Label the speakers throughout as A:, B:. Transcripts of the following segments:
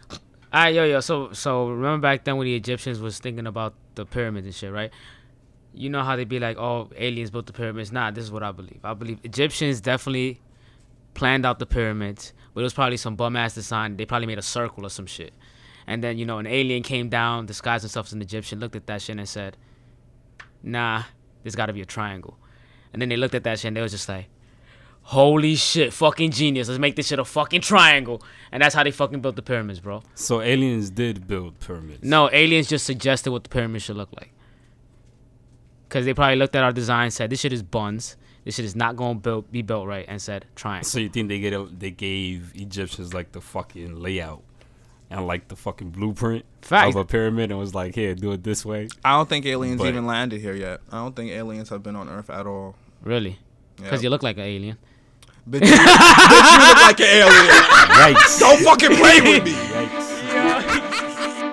A: All right, Ah, yo, yo. So, so remember back then when the Egyptians was thinking about the pyramids and shit, right? You know how they be like, "Oh, aliens built the pyramids." Nah, this is what I believe. I believe Egyptians definitely planned out the pyramids, but it was probably some bum ass design. They probably made a circle or some shit, and then you know an alien came down, disguised himself as an Egyptian, looked at that shit and said, "Nah, there's got to be a triangle." And then they looked at that shit and they was just like, "Holy shit, fucking genius! Let's make this shit a fucking triangle." And that's how they fucking built the pyramids, bro.
B: So aliens did build pyramids.
A: No, aliens just suggested what the pyramid should look like. Cause they probably looked at our design, and said this shit is buns. This shit is not gonna built, be built right, and said triangle.
B: So you think they get a, they gave Egyptians like the fucking layout and like the fucking blueprint
A: Fact.
B: of a pyramid and was like, here, do it this way.
C: I don't think aliens
B: But-
C: even landed here yet. I don't think aliens have been on Earth at all.
A: Really?
C: Yeah.
A: Cause you look like an alien.
C: Bitch, you, bitch, you look like an alien.
B: Yikes!
C: Don't fucking play with me.
B: Yikes!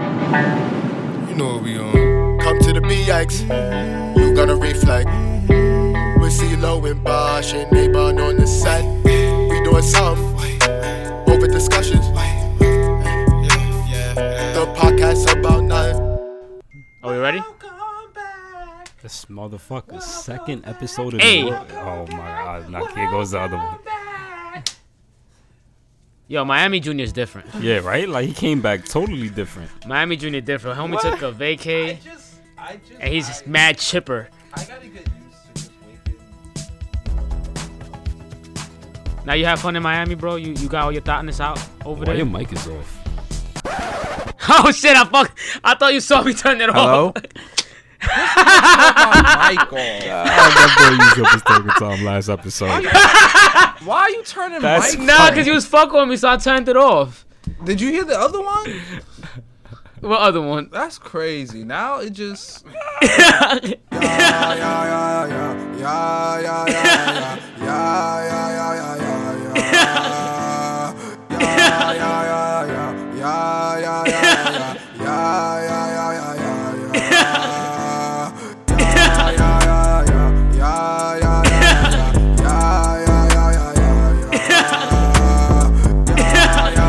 D: You know what we on.
E: Come to the BX, you gotta reflect. With CeeLo and Bosh and Neighbor on the set. We doing something, over discussions. The podcast about nothing.
A: Are we ready?
B: This motherfucker, second episode of
A: Hey.
B: the world. Oh my god! Now here goes the other one.
A: Yo, Miami Junior is different.
B: Yeah, right. Like he came back totally different.
A: Miami Junior different. Homie took a vacay,
F: just, I just,
A: and he's just mad chipper.
F: I gotta get used to this waking.
A: Now you have fun in Miami, bro. You you got all your thoughtness out over
B: Why
A: there.
B: your mic is off?
A: oh shit! I fuck. I thought you saw me turn it
B: Hello?
A: off.
F: Michael,
B: that boy used up his talking time last episode.
C: Why are you turning
B: That's
C: mic?
A: Nah, cause you was fuck on me, so I turned it off.
C: Did you hear the other one?
A: What other one?
C: That's crazy. Now it just.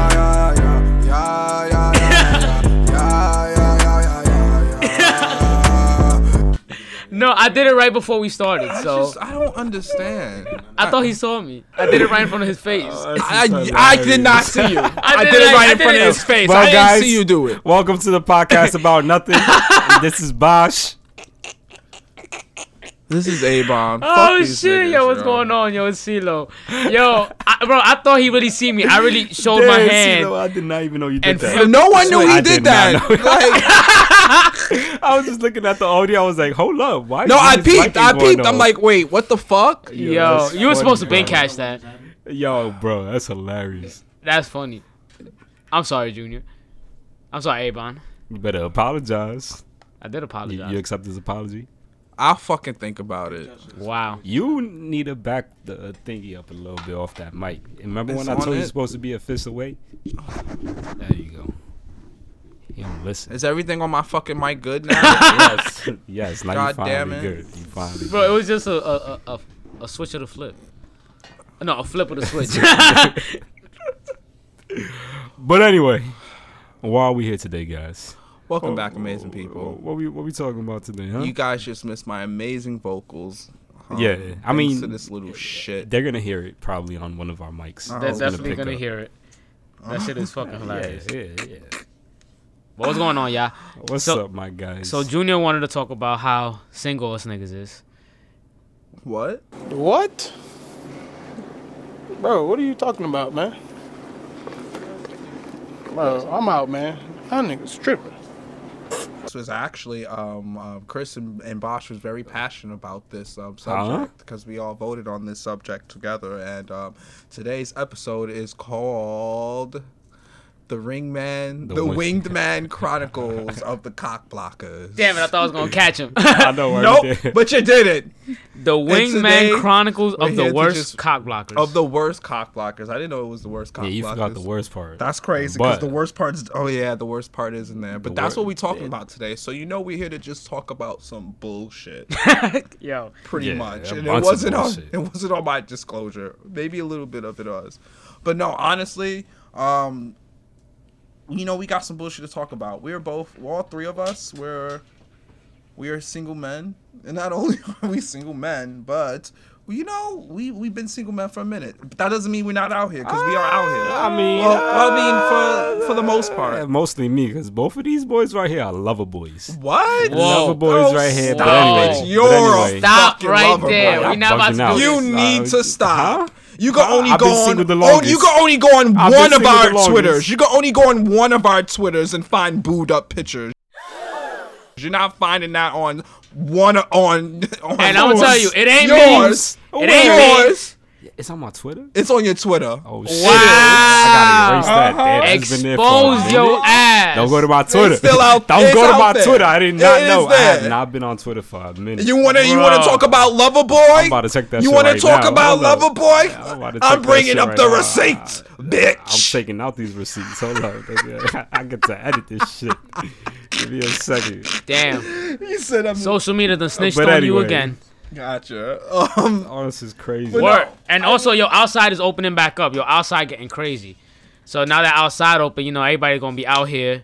A: No, I did it right before we started,
C: I
A: so
C: just. I don't understand.
A: I thought he saw me. I did it right in front of his face.
B: Uh,
C: I, I did not see you. I, did, it
A: like-
C: right
A: I
C: in
A: did
C: front of
A: it-
C: his face.
B: Well,
C: I
B: guys-
C: didn't see you do it.
B: Welcome to the podcast about nothing. this is Bosh.
C: This is A bomb.
A: Oh shit, yo, what's going on, yo? It's CeeLo. Yo, I, bro, I thought he really see me. I really showed my
B: Damn,
A: hand.
B: CeeLo, I did not even know you did
A: And
B: that.
A: flip-
C: No one knew
B: I
C: he
B: did
C: did
B: not
C: that. Like,
B: I was just looking at the audio. I was like, hold up. Why
C: No,
B: is
C: I
B: this
C: peeped.
B: mic
C: I
B: going
C: peeped. I'm
B: off?
C: like, wait, what the fuck?
A: Yo,
B: that's
A: you were
B: funny,
A: supposed to been
B: bro.
A: catch that.
B: Yo, bro, that's hilarious.
A: That's funny. I'm sorry, Junior. I'm sorry, Abon.
B: You better apologize.
A: I did
B: You,
A: apologize.
B: you accept his apology?
C: I'll fucking think about it.
A: wow.
B: You need to back the thingy up a little bit off that mic. Remember
C: It's
B: when I
C: on
B: told you
C: it.
B: you're supposed to be a fist away? There you go. You don't listen.
C: Is everything on my fucking mic good now?
B: yes. Yes, now you
C: God
B: finally
C: damn it.
B: good. You finally
A: Bro, it was just a a, a, a, a switch of the flip. No, a flip of the switch.
B: But anyway, why are we here today, guys?
C: Welcome back, amazing people.
B: What we what we talking about today, huh?
C: Oh. You guys just missed my amazing vocals. Um,
B: Yeah, I
C: thanks
B: mean-
C: to this little shit.
B: They're gonna hear it probably on one of our mics.
A: They're
C: It's gonna
A: definitely
B: pick
A: gonna
B: up.
A: hear it. That shit is fucking
B: Yeah,
A: hilarious.
B: yeah, yeah.
A: But what's going on, y'all?
B: What's
A: So-
B: up, my guys?
A: So Junior wanted to talk about how single us niggas is.
C: What?
G: What? Bro, what are you talking about, man? Bro, I'm out, man. Y'all niggas tripping.
C: This was actually um, uh, Chris and, and Bosch was very passionate about this um, subject because we all voted on this subject together. And um, today's episode is called the Ring Man,
B: The
C: the,
B: Wing-
C: Winged Man Chronicles of the Cock Blockers.
A: Damn it! I thought I was gonna catch him.
B: I know. I
C: Nope,
B: did.
C: but you did it.
A: the
C: today,
A: Wingman Chronicles
C: we're
A: of the
C: here to
A: worst
C: just-
A: cock blockers.
C: Of the worst cock blockers. I didn't know it was the worst cock
B: yeah, you
C: blockers.
B: forgot the worst part.
C: That's crazy because
B: But-
C: the worst part is oh yeah, the worst part is in there. But
B: The
C: that's
B: wor-
C: what we're talking
B: yeah.
C: about today. So you know we're here to just talk about some bullshit,
A: yo,
C: pretty
B: Yeah,
C: much.
B: a
C: And
B: bunch
C: it
B: of
C: wasn't on
B: bullshit.
C: it wasn't on my disclosure. Maybe a little bit of it was, but no, honestly, um, you know we got some bullshit to talk about. We're both, well, all three of us, we're we are single men, and not only are we single men, but. You know, we we've been single men for a minute, but that doesn't mean we're not out here because we are out here.
B: Ah, I mean,
C: Well, I mean, for for the most
B: uh,
C: part.
B: mostly me because both of these boys right here are lover boys.
C: What?
A: Whoa.
B: Lover boys
C: Oh,
B: right here. But
A: stop.
B: anyway,
A: It's
B: but
C: your
B: anyway,
C: fault.
A: stop
C: fucking
A: right
C: lover,
A: there.
C: bro.
A: We're not about
B: Bugging out.
A: to do
C: You
A: this.
C: need
B: Uh,
C: to stop.
B: huh?
C: You can
B: Huh?
C: only
B: I've
C: go
B: been
C: on.
B: single the
C: Oh, you
B: longest.
C: can only go on
B: I've been
C: one of
B: single the
C: our
B: longest.
C: Twitters. You can only go on one of our Twitters and find booed up pictures. You're not finding that on one on. on
A: And I'm gonna tell you, it ain't
C: yours.
A: me. It ain't me.
C: yours.
B: It's on my Twitter.
C: It's on your Twitter.
B: Oh shit! I gotta
A: Wow.
B: erase that. Damn, it's been there for a
A: Expose
B: minute.
A: your ass.
B: Don't go to my Twitter.
C: still out-
B: Don't
C: it's
B: go to
C: out
B: my
C: there.
B: Twitter. I did
C: It
B: not
C: is
B: know. I have
C: there.
B: not been on Twitter for a minute.
C: You wanna you wanna
A: Bruh.
C: talk about Loverboy?
B: about to check that
C: You
B: shit
C: wanna
B: right
C: talk
B: now.
C: about
B: Hold up.
C: Loverboy?
B: I'm about to check
C: I'm
B: that
C: bringing
B: shit
C: up
B: right
C: the
B: now.
C: receipts, bitch.
B: I'm taking out these receipts. Hold up. nigga. I get to edit this shit. Give me a second.
A: Damn.
C: He said I'm
A: Social media done snitched
B: But
A: on you
B: anyway.
A: again.
C: gotcha. Um,
B: Oh, this is crazy.
C: But
A: Word.
C: No.
A: And also, your outside is opening back up. Your outside getting crazy. So now that outside open, you know everybody gonna be out here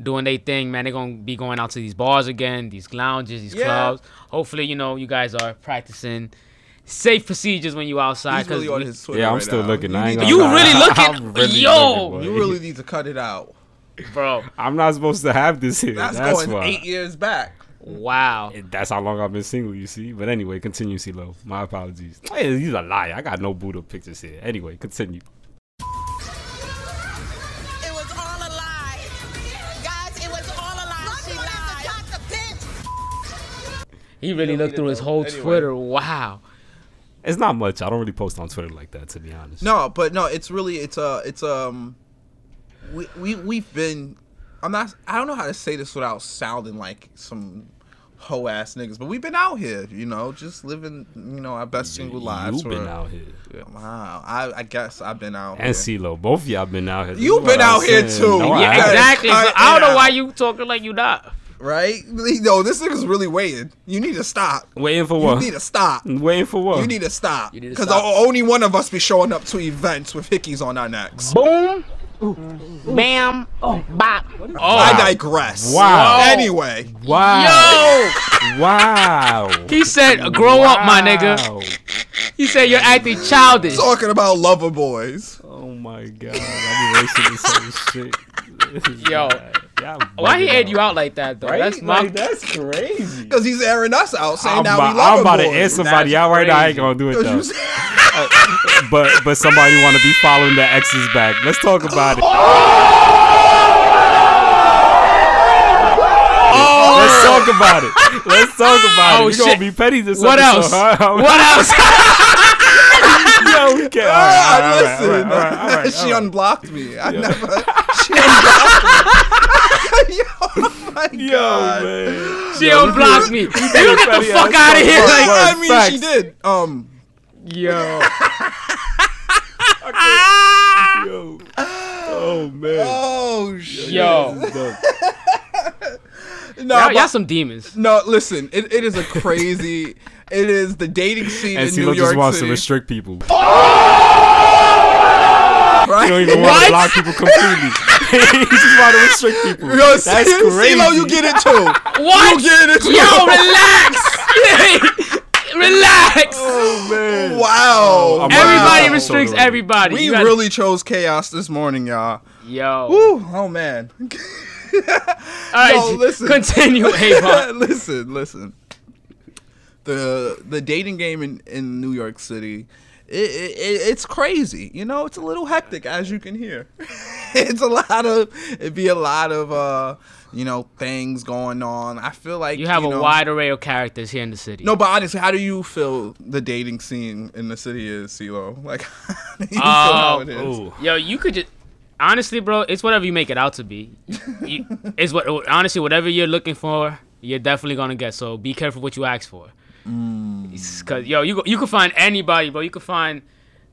A: doing their thing, man. They're gonna be going out to these bars again, these lounges, these
C: Yeah.
A: clubs. Hopefully, you know you guys are practicing safe procedures when you outside.
C: He's really on
A: we-
C: his Twitter
B: Yeah, I'm
C: right
B: still
C: now.
B: looking.
C: You,
B: I
C: need
B: ain't
C: to-
B: gonna
A: You
B: lie.
A: really looking-
B: I'm really
A: yo,
B: looking, boy.
C: you really need to cut it out.
A: bro.
B: I'm not supposed to have this here.
C: That's,
B: That's,
C: going
B: why.
C: eight years back.
A: Wow.
B: That's how long I've been single, you see. But anyway, continue, CeeLo. My apologies. Hey, he's a liar. I got no Buddha pictures here. Anyway, continue.
H: It was all a lie. Guys, it was all a lie. She lied.
A: He really looked through his whole Twitter. Wow.
B: It's not much. I don't really post on Twitter like that, to be honest.
C: No, but no, it's really it's uh it's um we we we've been I'm not I don't know how to say this without sounding like some hoe ass niggas, but we've been out here, you know, just living you know our best single lives.
B: You've been
C: We're-
B: out here.
C: Wow, I, I guess I've been out.
B: And
C: here.
B: CeeLo. Both of y'all been out here. This
C: You've
B: is what
C: been
B: I'm
C: out here,
B: saying.
C: too.
B: No, I
C: Yeah,
B: haven't.
A: Exactly.
C: Cut
A: So I don't
C: it
A: know why
C: out.
A: you talking like you not.
C: right? No, this nigga's really waiting. You need to stop.
B: Waiting for
C: You
B: what?
C: need to stop.
B: Waiting for what?
C: You need to stop.
A: need to
C: Because
A: stop.
C: only one of us be showing up to events with hickeys on our necks.
H: Bam. Oh, bop.
C: I
A: Oh.
C: digress.
B: Wow.
C: Anyway,
B: wow.
A: Yo.
B: Wow.
A: He said, "Grow up, my nigga."
B: Wow.
A: He said, "You're acting childish."
C: talking about lover boys.
B: Oh my god, I'm erasing this whole shit.
A: Yo.
B: Yeah,
A: Why he aired you out like that though? That's my.
B: that's crazy.
C: Because he's airing us out saying
B: I'm
C: that
B: about,
C: we love
B: I'm about to
C: boys.
B: air somebody out right now. I ain't gonna do it
C: Because you
B: though.
C: said-
B: But but somebody want to be following their exes back. Let's talk about it.
A: Oh!
B: Let's talk about it. Let's talk about
A: Oh,
B: it. You gonna
A: shit.
B: be petty this
A: what else?
B: episode, huh?
A: What else?
B: Yo, we can't. All
C: Ah,
B: right, all right, all right,
C: listen,
B: all right, all right, all
C: she
B: right.
C: unblocked me. I never. She unblocked me. Yo, oh my
B: Yo,
C: God.
B: man.
A: she unblocked me. You get the
B: petty
A: fuck
B: ass
A: out of
B: fuck.
A: here.
B: Word,
C: Like, I
B: word,
C: mean, she
B: facts.
C: did. Um,
A: Yo.
B: Yo. Oh man.
C: oh shit.
A: Yo.
B: Dope.
C: No,
A: Y'all,
C: but-
A: y'all some demons.
C: No, listen, it, it is a crazy. it is the dating scene
B: And
C: in New
B: CeeLo just
C: York
B: wants to
C: City.
B: restrict people.
C: right?
B: He don't even want to block people completely. he just want to restrict people.
C: Yo,
B: That's
C: see- see,
B: crazy.
C: Lo, you get it too.
A: What?
C: You get it too.
A: Yo, relax. relax.
B: Oh, man.
C: Wow.
B: Oh, I'm
C: Wow.
A: everybody
B: wow.
A: restricts
B: Totally.
A: everybody.
C: We
A: You gotta-
C: really chose chaos this morning, y'all.
A: Yo.
C: Woo, oh man.
A: All right.
C: no,
A: j-
C: listen.
A: Continue, Avon.
C: listen, listen. The the dating game in, in New York City, it, it, it- it's crazy. You know, it's a little hectic as you can hear. it's a lot of it be a lot of uh you know things going on. I feel like
A: You have a
C: know-
A: wide array of characters here in the city.
C: No, but honestly, how do you feel the dating scene in the city is, CeeLo? Like, how do you feel
A: Uh,
C: how it is?
A: Yo, you could just. honestly, bro, it's whatever you make it out to be. You- it's what honestly, whatever you're looking for, you're definitely gonna get. So be careful what you ask for.
C: Mm.
A: It's Cause yo, you go- you can find anybody, bro. You can find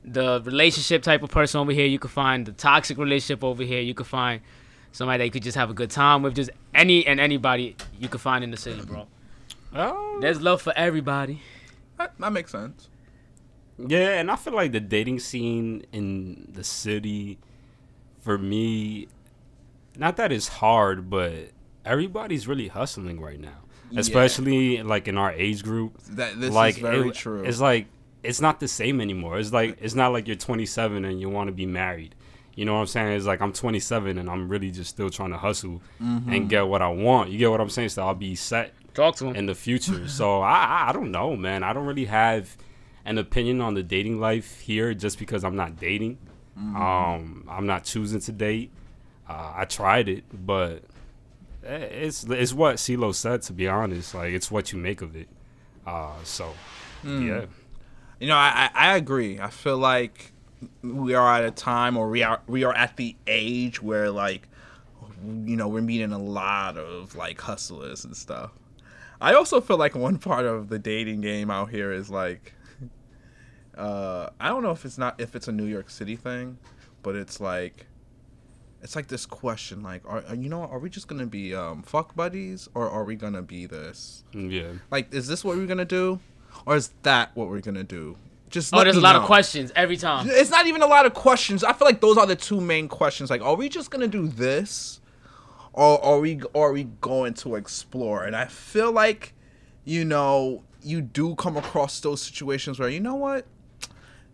A: the relationship type of person over here. You can find the toxic relationship over here. You can find somebody that you could just have a good time with. Just any and anybody you can find in the city, bro.
B: Oh,
A: There's love for everybody.
C: That, that makes sense.
B: yeah, and I feel like the dating scene in the city, for me, not that it's hard, but everybody's really hustling right now, especially like in our age group.
C: That this
B: like
C: is very
B: it-
C: true.
B: It's like it's not the same anymore. It's like it's not like you're 27 and you want to be married. You know what I'm saying? It's like I'm 27 and I'm really just still trying to hustle
C: Mm-hmm.
B: and get what I want. You get what I'm saying? So I'll be set
A: Talk to him.
B: in the future. so I, I I don't know, man. I don't really have an opinion on the dating life here just because I'm not dating.
C: Mm-hmm.
B: Um, I'm not choosing to date. Uh, I tried it, but i- it's it's what CeeLo said. To be honest, like it's what you make of it. Uh, so
C: Hmm.
B: yeah,
C: You know, I, I I agree. I feel like we are at a time, or we are we are at the age where like, you know, we're meeting a lot of like hustlers and stuff. I also feel like one part of the dating game out here is like, uh, I don't know if it's not if it's a New York City thing, but it's like, it's like this question like, are are- you know, are we just gonna be um, fuck buddies, or are we gonna be this?
B: Mm, yeah.
C: Like, is this what we're gonna do, or is that what we're gonna do? Just
A: Oh,
C: let
A: there's a
C: me
A: lot
C: know.
A: of questions every time.
C: It's not even a lot of questions. I feel like those are the two main questions. Like, are we just gonna do this, or are we are we going to explore? And I feel like, you know, you do come across those situations where you know what,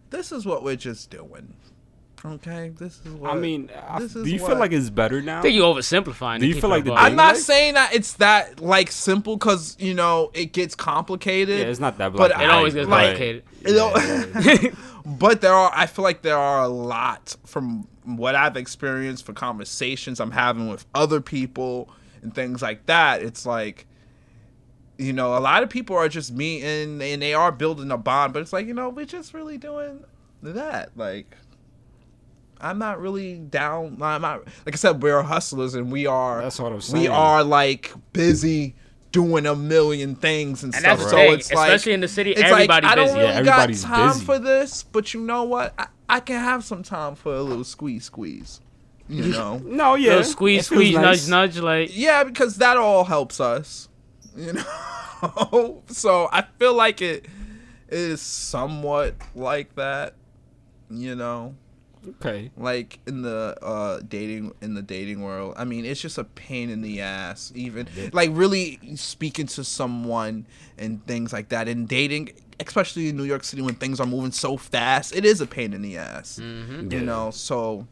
C: this is what we're just doing. Okay, this is what
B: I mean, I,
C: this
B: do
C: is
B: you
C: what-
B: feel like it's better now?
A: I think you oversimplifying.
B: Do
A: it,
B: you
A: keep
B: feel
A: it
B: like the
A: above.
B: dating
C: I'm not
B: life?
C: saying that it's that like simple because you know it gets complicated.
B: Yeah, it's not that
C: But
B: black.
C: I-
B: and
A: It always
B: white,
A: gets
B: but-
A: complicated.
C: You know?
B: Yeah,
C: but there are i feel like there are a lot from what i've experienced for conversations i'm having with other people and things like that it's like you know a lot of people are just meeting and they are building a bond but it's like you know we're just really doing that like i'm not really down i'm not like i said we're hustlers and we are
B: That's what I'm
C: we
B: saying.
C: are like busy doing a million things and,
A: And
C: stuff
A: that's the
C: so
A: thing,
C: it's like
A: especially in the city,
C: it's like,
A: everybody's
C: I don't
A: busy.
C: really
B: Yeah, everybody's
C: got time
B: busy.
C: for this, but you know what? I, I can have some time for a little squeeze, squeeze. You know?
B: No, yeah.
A: Little squeeze,
B: It feels
A: squeeze,
B: nice.
A: nudge, nudge. Like
C: yeah, because that all helps us. You know? so I feel like it is somewhat like that. You know?
B: Okay.
C: like in the uh dating in the dating world i mean it's just a pain in the ass even like really speaking to someone and things like that and dating especially in new york city when things are moving so fast it is a pain in the ass you
A: Mm-hmm.
B: Yeah.
C: know so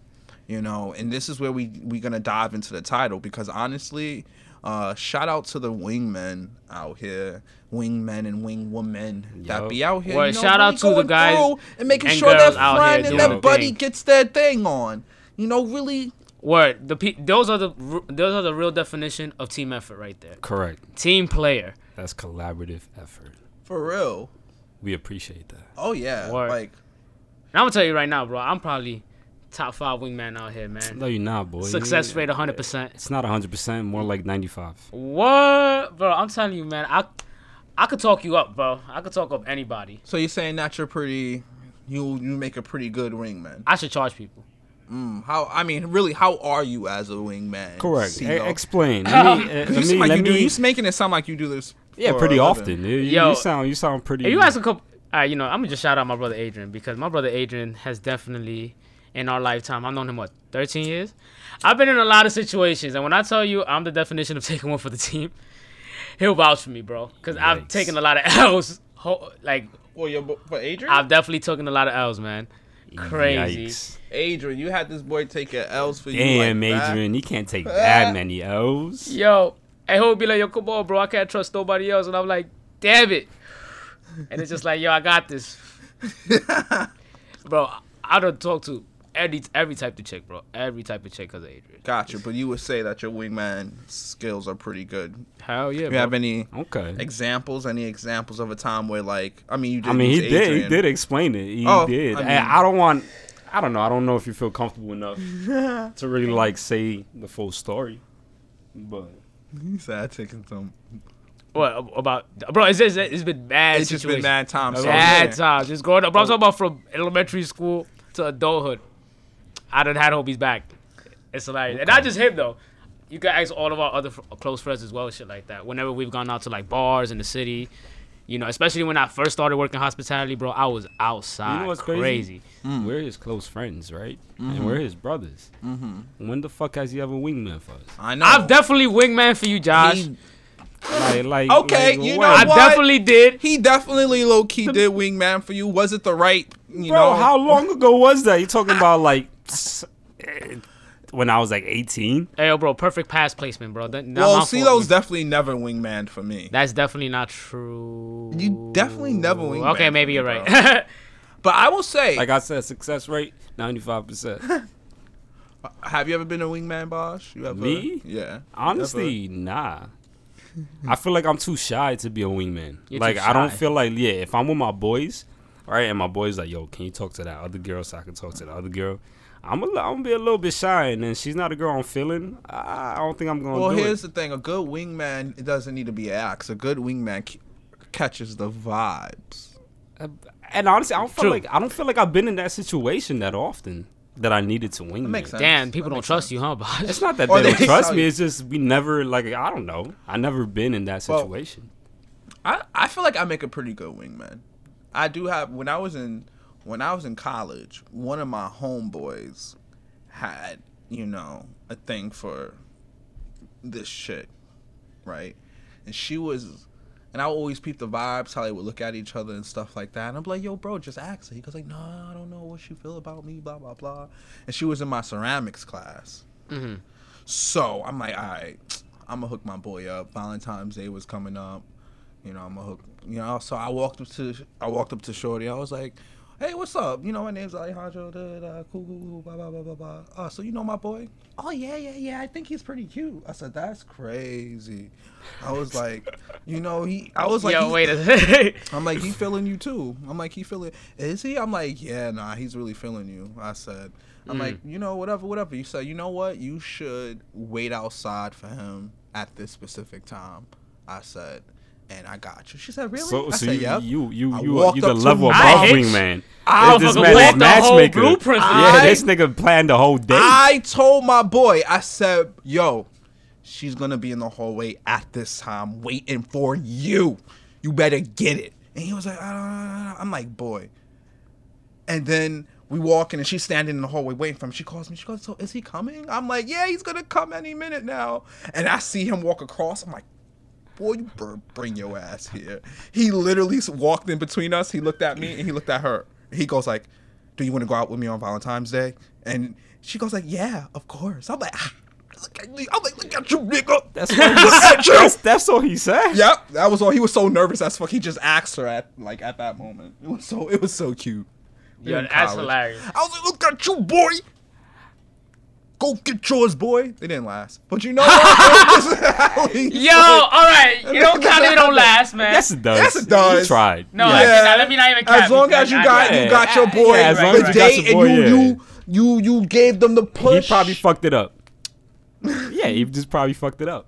C: you know and this is where we we gonna dive into the title because honestly uh shout out to the wingmen out here wingmen and wingwomen that
B: Yup.
C: be out here
A: Well,
C: you know,
A: shout
C: really
A: out to the
C: going
A: guys
C: through and making
A: and
C: sure their
A: girls out here
C: friend and
A: doing
C: their
A: their
C: buddy
A: thing.
C: gets their thing on you know really
A: word, the pe- those are the r- those are the real definition of team effort right there.
B: Correct.
A: Team player.
B: That's collaborative effort.
C: for real
B: We appreciate that.
C: oh yeah
A: Word.
C: like
A: And I'm gonna tell you right now, bro. I'm probably top five wingman out here, man.
B: No, you're not, boy.
A: Success
B: Yeah.
A: rate 100. percent
B: It's not 100%, more like 95.
A: What, bro? I'm telling you, man. I I could talk you up, bro. I could talk up anybody.
C: so you're saying that you're pretty you you make a pretty good wingman
A: I should charge people.
C: how i mean really how are you as a wingman
B: Correct.
C: Cee-Lo?
B: E- explain. Let me, uh,
C: you
B: let
C: seem
B: me,
C: like
B: let
C: you do.
B: me-
C: You're making it sound like you do this.
B: yeah,
C: for a
B: pretty
C: living.
B: often. You, you-
A: Yo.
B: you sound you sound pretty
A: If you ask a couple, all right, you know, I'm gonna just shout out my brother Adrian because my brother Adrian has definitely, in our lifetime, I've known him what 13 years. I've been in a lot of situations, and when I tell you I'm the definition of taking one for the team, he'll vouch for me, bro, because I've
B: Yikes.
A: taken a lot of L's. Ho- like
C: Well, your bo- but Adrian,
A: I've definitely taken a lot of L's, man. Crazy.
B: Yikes.
C: Adrian, you had this boy take your L's for you.
B: Damn,
C: like that.
B: Adrian, you can't take that many L's.
A: Yo, and he'll be like, "Yo, come on, bro, I can't trust nobody else," and I'm like, "Damn it!" And it's just like, "Yo, I got this." bro, I don't talk to any every type of chick, bro. Every type of chick because of Adrian.
C: Gotcha, but you would say that your wingman skills are pretty good.
A: Hell yeah,
C: You
A: bro.
C: have any
B: Okay.
C: examples? Any examples of a time where, like, I mean, you did.
B: I mean, he did.
C: use
B: He
C: Adrian.
B: did explain it. He
C: Oh,
B: did.
C: I
B: I,
C: mean-
B: I don't want. I don't know. I don't know if you feel comfortable enough to really like say the full story. But
C: He said I taken some.
A: What about bro? It's just, it's been mad.
C: It's just been mad time. so
A: Bad
C: yeah.
A: times. Just growing up. But I'm talking about from elementary school to adulthood. I done had Hobie's back. It's hilarious. And not just him, though. You can ask all of our other fr- close friends as well, shit like that. Whenever we've gone out to like bars in the city, you know, especially when I first started working hospitality, bro, I was outside.
B: You know what's crazy?
A: crazy?
C: Mm.
B: we're his close friends, right? And we're his brothers. Mm-hmm. When the fuck has he ever wingman for us?
C: I know.
A: I've definitely wingman for you, Josh.
C: He-
B: Like, like
C: Ah, Okay,
B: like,
C: you
B: what?
C: know
A: I
C: what?
A: definitely did.
C: He definitely low key did wingman for you. Was it the right? You
B: Bro,
C: know
B: how long ago was that? You talking about like s- eh, when I was like 18?
A: Hey, yo, bro, perfect pass placement, bro. That, not
C: Well,
A: my fault.
C: CeeLo's definitely never wingman for me.
A: That's definitely not true.
C: You definitely never wingman
A: Okay,
C: for
A: maybe
C: me,
A: you're
C: bro.
A: right.
C: But I will say,
B: Like I said, success rate 95%.
C: have you ever been a wingman, Bosh? You ever?
B: Me?
C: Yeah.
B: Honestly, nah. I feel like I'm too shy to be a wingman.
A: You're too
B: like I don't
A: shy.
B: feel like yeah, if I'm with my boys, all right, and my boys like, yo, can you talk to that other girl so I can talk to the other girl? I'm a, li- I'm gonna be a little bit shy, and then she's not a girl I'm feeling. I, I don't think I'm gonna.
C: Well,
B: do
C: here's
B: it.
C: the thing: a good wingman it doesn't need to be an axe. A good wingman c- catches the vibes.
B: and honestly, I don't feel
A: True.
B: like I don't feel like I've been in that situation that often that I needed to wingman.
C: makes sense.
A: Damn,
C: That
A: people don't
C: makes
A: trust
C: sense.
A: you, huh, Bosh?
B: It's not that
C: Or
B: they,
C: they
B: don't trust
C: tell
B: me.
C: you.
B: It's just we never like I don't know. I never been in that
C: Well,
B: situation.
C: I I feel like I make a pretty good wingman. I do have when I was in when I was in college, one of my homeboys had you know a thing for this shit, right? And she was. And I would always peep the vibes, how they would look at each other and stuff like that. And I'm like, yo, bro, just ask her. He goes like, no, I don't know what she feel about me, blah, blah, blah. And she was in my ceramics class. So I'm like, all right, I'm gonna hook my boy up. Valentine's Day was coming up, you know. I'm gonna hook, you know. So I walked up to, I walked up to Shorty. I was like, hey, what's up? You know, my name's Alejandro. Da, da, da, cool, cool, cool, blah, blah, blah, blah, blah. Uh, so you know my boy? Oh yeah, yeah, yeah. I think he's pretty cute. I said, that's crazy. I was like, you know, he. I was like,
A: Yo,
C: he-
A: wait a second.
C: I'm like, he feeling you too. I'm like, he feeling. Is he? I'm like, yeah, nah, he's really feeling you. I said. I'm like, you know, whatever, whatever. You said, you know what? You should wait outside for him at this specific time. I said, and I got you. She said, really?
B: So,
C: I
B: so
C: said,
B: you,
C: yep.
B: you you
C: I
B: you are
C: walked
B: you the
C: up to
B: level
C: him.
A: I
B: above
A: hate-
B: wingman.
A: I
B: Is this
A: fucking
B: man is
A: walked the whole
B: matchmaker.
A: blueprint for
B: Yeah,
C: you.
B: this nigga planned the whole day.
C: I told my boy, I said, yo, she's gonna be in the hallway at this time waiting for you. You better get it. And he was like, I don't know. I'm like, boy. And then we walk in and she's standing in the hallway waiting for him. She calls me. She goes, So is he coming? I'm like, Yeah, he's gonna come any minute now. And I see him walk across. I'm like, Boy, you br- bring your ass here. He literally s- walked in between us. He looked at me and he looked at her. He goes like, "Do you want to go out with me on Valentine's Day?" And she goes like, "Yeah, of course." I'm like, ah, look at me. I'm like, "Look at you, nigga."
B: that's, what he
C: Look
B: said.
C: at you.
B: That's, that's all he said.
C: Yep, that was all. He was so nervous as fuck. He just asked her at like at that moment. It was so it was so cute. We
A: Yo,
C: in
A: that's
C: college.
A: hilarious.
C: I was like, look at you, boy. Go get yours, boy. They didn't last, but you know what?
A: Yo, all right. You don't count if it don't last, man.
B: Yes, it does.
C: Yes, it does.
B: He tried.
A: no,
B: Yeah.
A: I
C: Yeah.
A: think I- let me not even count.
C: As long as you got
B: yeah.
C: you got your
A: Yeah,
C: boy
A: yeah,
B: as long
C: the
B: as you got
C: day
B: your boy,
C: and you
B: yeah.
C: you you you gave them the
B: he
C: push.
B: probably fucked it up. Yeah, he just probably fucked it up.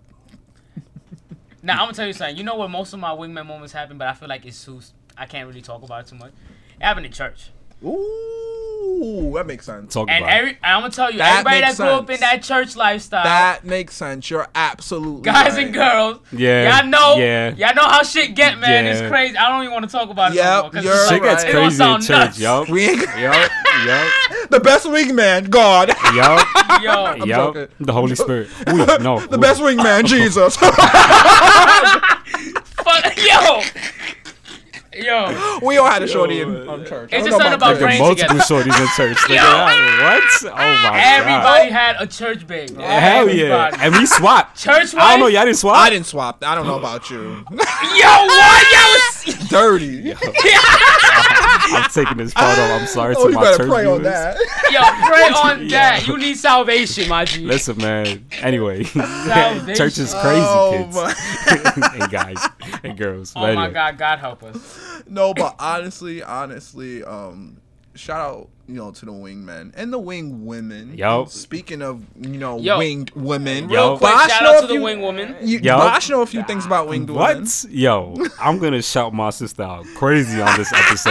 A: Now, I'm going to tell you something. You know where most of my wingman moments happen, but I feel like it's too. I can't really talk about it too much. It happened in church.
C: Ooh, that makes sense.
B: Talk
A: And
B: about it.
A: every, I'm going to tell you,
C: That
A: everybody that
C: makes
A: grew up in
C: sense.
A: that church lifestyle,
C: That makes sense. You're absolutely
A: guys
C: right.
A: and girls,
B: Yeah,
A: y'all know,
B: yeah.
A: y'all know how shit get, man.
B: Yeah.
A: It's crazy. I don't even want to talk about it
C: Yep,
A: no more. 'cause it's
C: you're
B: Shit gets
A: it don't
B: crazy in
A: sound
B: church,
A: nuts.
B: yo. Yup,
C: We ain't-
B: yup, yup,
C: the best wingman, God.
A: Yo,
B: yup.
C: joking.
B: The Holy Spirit. We, no.
C: the
B: we-
C: best wingman, Jesus.
A: fuck, yo. Yo,
C: we all had a shorty in um, church. I
A: It's just
C: don't know
A: something about
C: Chris.
A: brain-
B: multiple
A: together.
B: shorties in church. nigga. What? Oh my god.
A: everybody had a church babe. bro.
B: Oh, Hell yeah.
A: Everybody.
B: And we swapped.
A: Church
B: I don't know.
A: wife?
B: Y'all didn't swap.
C: I didn't swap. I don't know about you.
A: Yo, what? Y'all was
C: Dirty.
B: I'm taking this photo. I'm sorry
C: Oh,
B: to
C: you
B: my
C: better
B: church
C: pray on
B: viewers.
C: that.
A: yo pray on
B: Yeah.
A: that. You need salvation, my G.
B: Listen, man. Anyway,
A: Salvation.
B: church is crazy,
C: Oh
B: kids
C: my.
B: and guys and girls.
A: oh my God, God help us.
C: No, but honestly, honestly, um, shout out, you know, to the wingmen and the wing women. Um,
B: Yo.
C: Speaking of, you know,
A: Yo.
C: winged women.
B: Yo.
A: Real quick,
C: Bosh
A: shout
C: know
A: out to
C: if
A: the
C: you-
A: wing woman.
C: You,
B: Yo.
C: Yo. I know a few things about winged women.
B: What? Yo, I'm gonna shout my sister out crazy on this episode.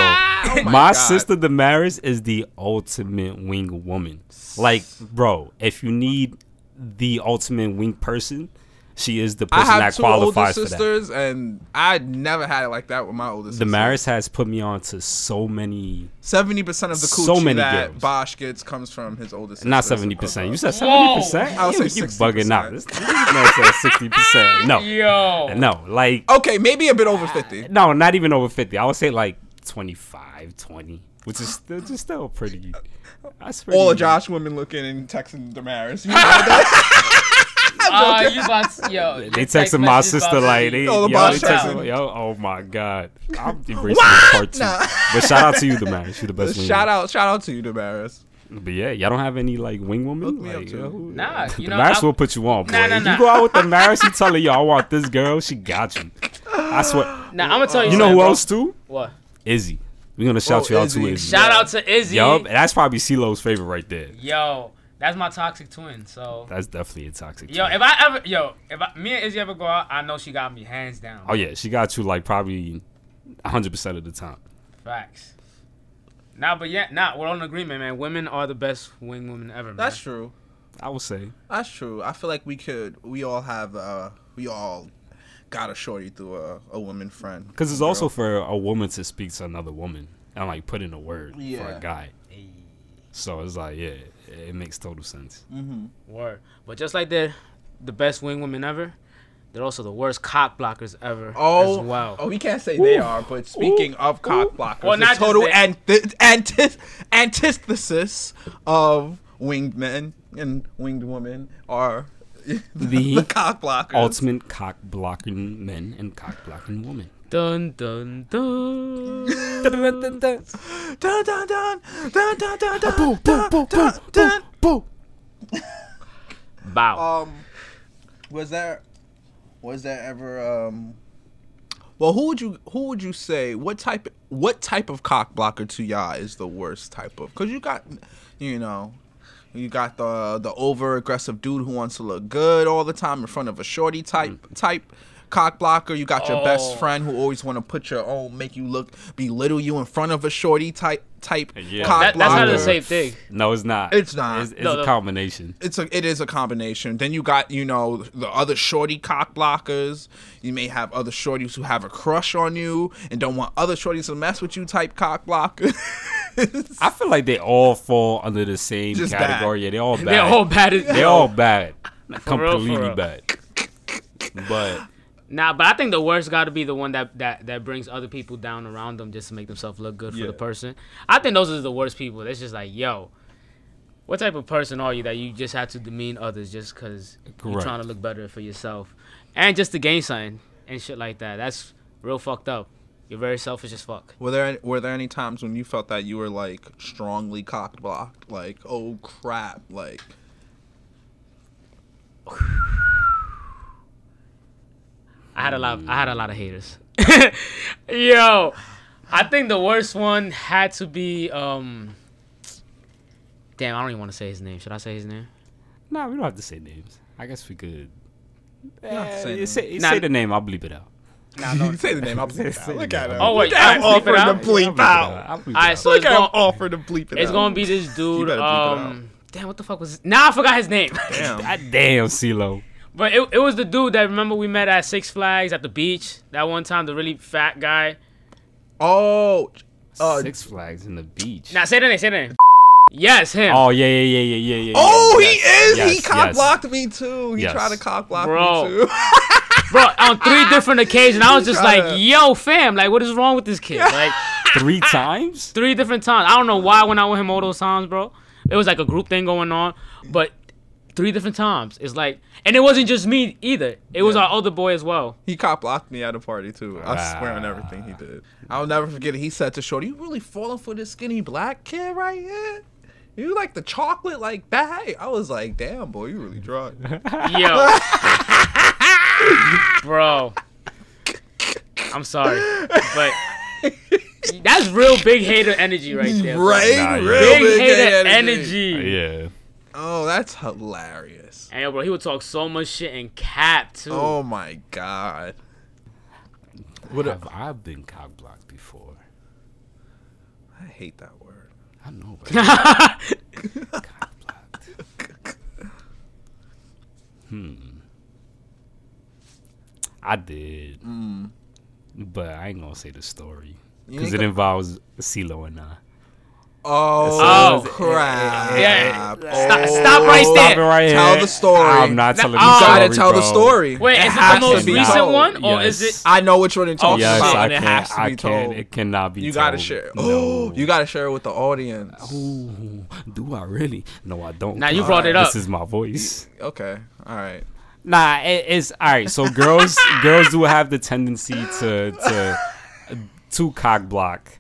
B: my
C: Oh God.
B: sister Damaris is the ultimate wing woman. Like, bro, if you need the ultimate wing person, she is the
C: I
B: person
C: have
B: that
C: two older
B: qualifies for that.
C: sisters, and I never had it like that with my older sister.
B: Damaris has put me on to so many.
C: Seventy percent of the coochie
B: So many
C: that
B: girls.
C: Bosch gets comes from his older sister.
B: Not seventy percent. You said seventy percent.
C: I would
B: you,
C: say
B: you bugging
C: 60%.
B: out. This man said sixty percent. No,
A: Yo.
B: no, like
C: Okay, maybe a bit over fifty.
B: no, not even over fifty. I would say like 25, 20, which is still just still pretty. That's pretty.
C: All of Josh women looking and texting Damaris. You know that?
A: Uh, you about to, yo. your
B: They
A: text
B: texted my
A: message about
B: sister
A: to
B: like
A: be-
B: they,
C: Oh,
B: yo,
C: the
B: they
C: boss
B: texted,
C: texted.
B: yo, oh my god, I'm embracing this part two.
C: Nah.
B: But shout out to you, Damaris. You the best. wing
C: shout out, shout out to you, Damaris.
B: woman. But yeah, y'all don't have any like wing woman.
C: me up
B: Like,
C: to
B: yo,
C: it.
B: who-
A: Nah, you know,
B: Damaris
A: I-
B: will put you on. Boy.
A: Nah, nah,
B: If
A: nah.
B: you go out with Damaris, you tell her, yo, I want this girl. She got you. I swear.
A: Now I'm gonna tell you.
B: You know
A: something,
B: who
A: bro.
B: else too?
A: What?
B: Izzy. We're gonna shout
C: Oh,
B: you out to
C: Izzy.
B: Izzy.
A: Shout out to Izzy.
B: Yup, that's probably CeeLo's favorite right there.
A: Yo, that's my toxic twin. So.
B: That's definitely a toxic.
A: Yo,
B: trait.
A: if I ever, yo, if I, me and Izzy ever go out, I know she got me hands down.
B: oh yeah, she got you like probably 100 percent of the time.
A: Facts. Nah, but yeah, nah, we're on agreement, man. Women are the best wing women ever, man.
C: That's true.
B: I would say.
C: That's true. I feel like we could. We all have. Uh, we all got a shorty through a, a woman friend.
B: Because it's also for a woman to speak to another woman and like put in a word for
C: Yeah.
B: a guy. So it's like, yeah, it makes total sense.
A: Word. But just like they're the best wing women ever, they're also the worst cock blockers ever
C: Oh,
A: as well.
C: oh, we can't say they are, but speaking of cock blockers,
A: Well,
C: well,
A: not just
C: not total
A: they-
C: anti- anti- antithesis of winged men and winged women are the,
B: The
C: cock blockers.
B: Ultimate cock blocking men and cock blocking women.
A: Dun dun dun.
C: Dun, dun, dun, dun, dun, dun, dun, dun, dun, dun.
A: Bow.
C: Um, was there, was there ever um? Well, who would you who would you say what type what type of cock blocker to y'all is the worst type of? Cause you got, you know, you got the the over aggressive dude who wants to look good all the time in front of a shorty type type cock blocker. You got your best
A: Oh.
C: friend who always want to put your own make you look belittle you in front of a shorty type type
B: Yeah.
C: cock
A: That, that's
C: blocker.
A: not the same thing.
B: No, it's not.
C: It's not.
B: It's, it's
A: No,
B: a
A: no.
B: combination.
C: it's a it is a combination. Then you got you know the other shorty cock blockers. You may have other shorties who have a crush on you and don't want other shorties to mess with you type cock blockers.
B: I feel like they all fall under the same
C: Just bad.
B: category. Yeah, they all bad.
A: They're all bad. as-
B: They all bad. Completely
A: real.
B: bad. But
A: Nah, but I think the worst got to be the one that, that that brings other people down around them just to make themselves look good for
B: Yeah.
A: the person. I think those are the worst people. That's just like, yo, what type of person are you that you just have to demean others just because you're
B: Correct.
A: trying to look better for yourself and just to gain something and shit like that. That's real fucked up. You're very selfish as fuck.
C: were there were there any times when you felt that you were like strongly cock blocked? Like oh crap! Like
A: I had a lot. I had a lot of haters. Yo, I think the worst one had to be. um Damn, I don't even want to say his name. Should I say his name?
B: nah, we don't have to say names. I guess we could. Eh,
C: Uh, say
B: you
C: names.
B: say, you
A: Nah.
B: say the name. I'll bleep it out.
C: say the name. I'll bleep it
B: Say
C: out.
B: the
C: Look
B: name.
C: at him.
A: Oh wait,
C: Look at him
A: all right, bleep it
C: offering
A: out.
B: I'll
C: to bleep
B: bleep it
C: out.
B: I'll bleep it
A: All right,
B: out.
A: so
C: Look
A: it's
C: at him
A: going.
C: offering to Oh, bleep it out.
A: It's gonna be this dude.
C: better bleep it
A: Um, damn, what the fuck was? His? Nah, I forgot his name.
C: Damn.
B: God damn, CeeLo.
A: but it, it was the dude that remember we met at Six Flags at the beach that one time. The really fat guy.
C: Oh. Uh,
B: Six Flags in the beach.
A: Nah, say the name. Say the name. Yes, him.
B: Oh yeah, yeah, yeah, yeah, yeah, yeah.
C: Oh,
B: yeah,
C: he
B: yes,
C: is. he
B: yes,
C: cock
B: yes.
C: blocked me too. He
B: Yes.
C: tried to cock block
A: Bro.
C: me too.
A: Bro, on three different occasions, I was just like,
C: Shut up.
A: "Yo, fam, like, what is wrong with this kid?" Like.
B: three times.
A: three different times. I don't know why when I went him all those times, bro. It was like a group thing going on, but three different times. It's like, and it wasn't just me either. It was our other boy as well.
C: He cop blocked me at a party too. I swear on everything
A: Ah.
C: he did. I'll never forget it. He said to Shorty, "You really falling for this skinny black kid right here? You like the chocolate like that?" I was like, "Damn, boy, you really drunk."
A: Yo, bro. I'm sorry, but That's real big hater energy right there. bro.
C: Right?
B: Nah, yeah.
C: Real
A: Big,
C: big,
A: hater
C: head
A: energy.
B: Yeah.
C: Oh, that's hilarious.
A: And yo, bro, he would talk so much shit and cap too.
C: Oh my god.
B: What have I been cock blocked before?
C: I hate that word.
B: I know. but I've been cock blocked. Hmm. I did,
C: Mm.
B: but I ain't gonna say the story
C: You
B: because
C: ain't
B: it
C: go-
B: involves CeeLo and I.
C: oh,
A: Oh.
C: crap. Oh,
A: Yeah. Stop, stop right
B: Stop it
A: there.
B: right
C: Tell
B: here.
C: the story.
B: I'm not
A: No,
B: telling
A: oh.
B: the
A: You
B: story.
C: gotta tell the
B: bro.
C: story.
A: Wait,
C: It
A: is it
C: has
A: the
C: to
A: most
C: be
A: recent
C: told.
A: one or is
B: Oh, Yes.
A: it?
C: I know which one you're talking
B: Yes,
C: about,
B: I
C: and
B: can't.
C: it has to
B: I
C: be
B: can't.
C: told.
B: It cannot be
C: Oh, You
B: told.
C: gotta share.
B: No.
C: Oh, you gotta share it with the audience.
B: Ooh, do I really? No, I don't.
A: Now you
B: Uh,
A: brought it up.
B: This is my voice.
C: Okay, all right.
B: Nah, it, it's all right. So girls, girls do have the tendency to to to cock block,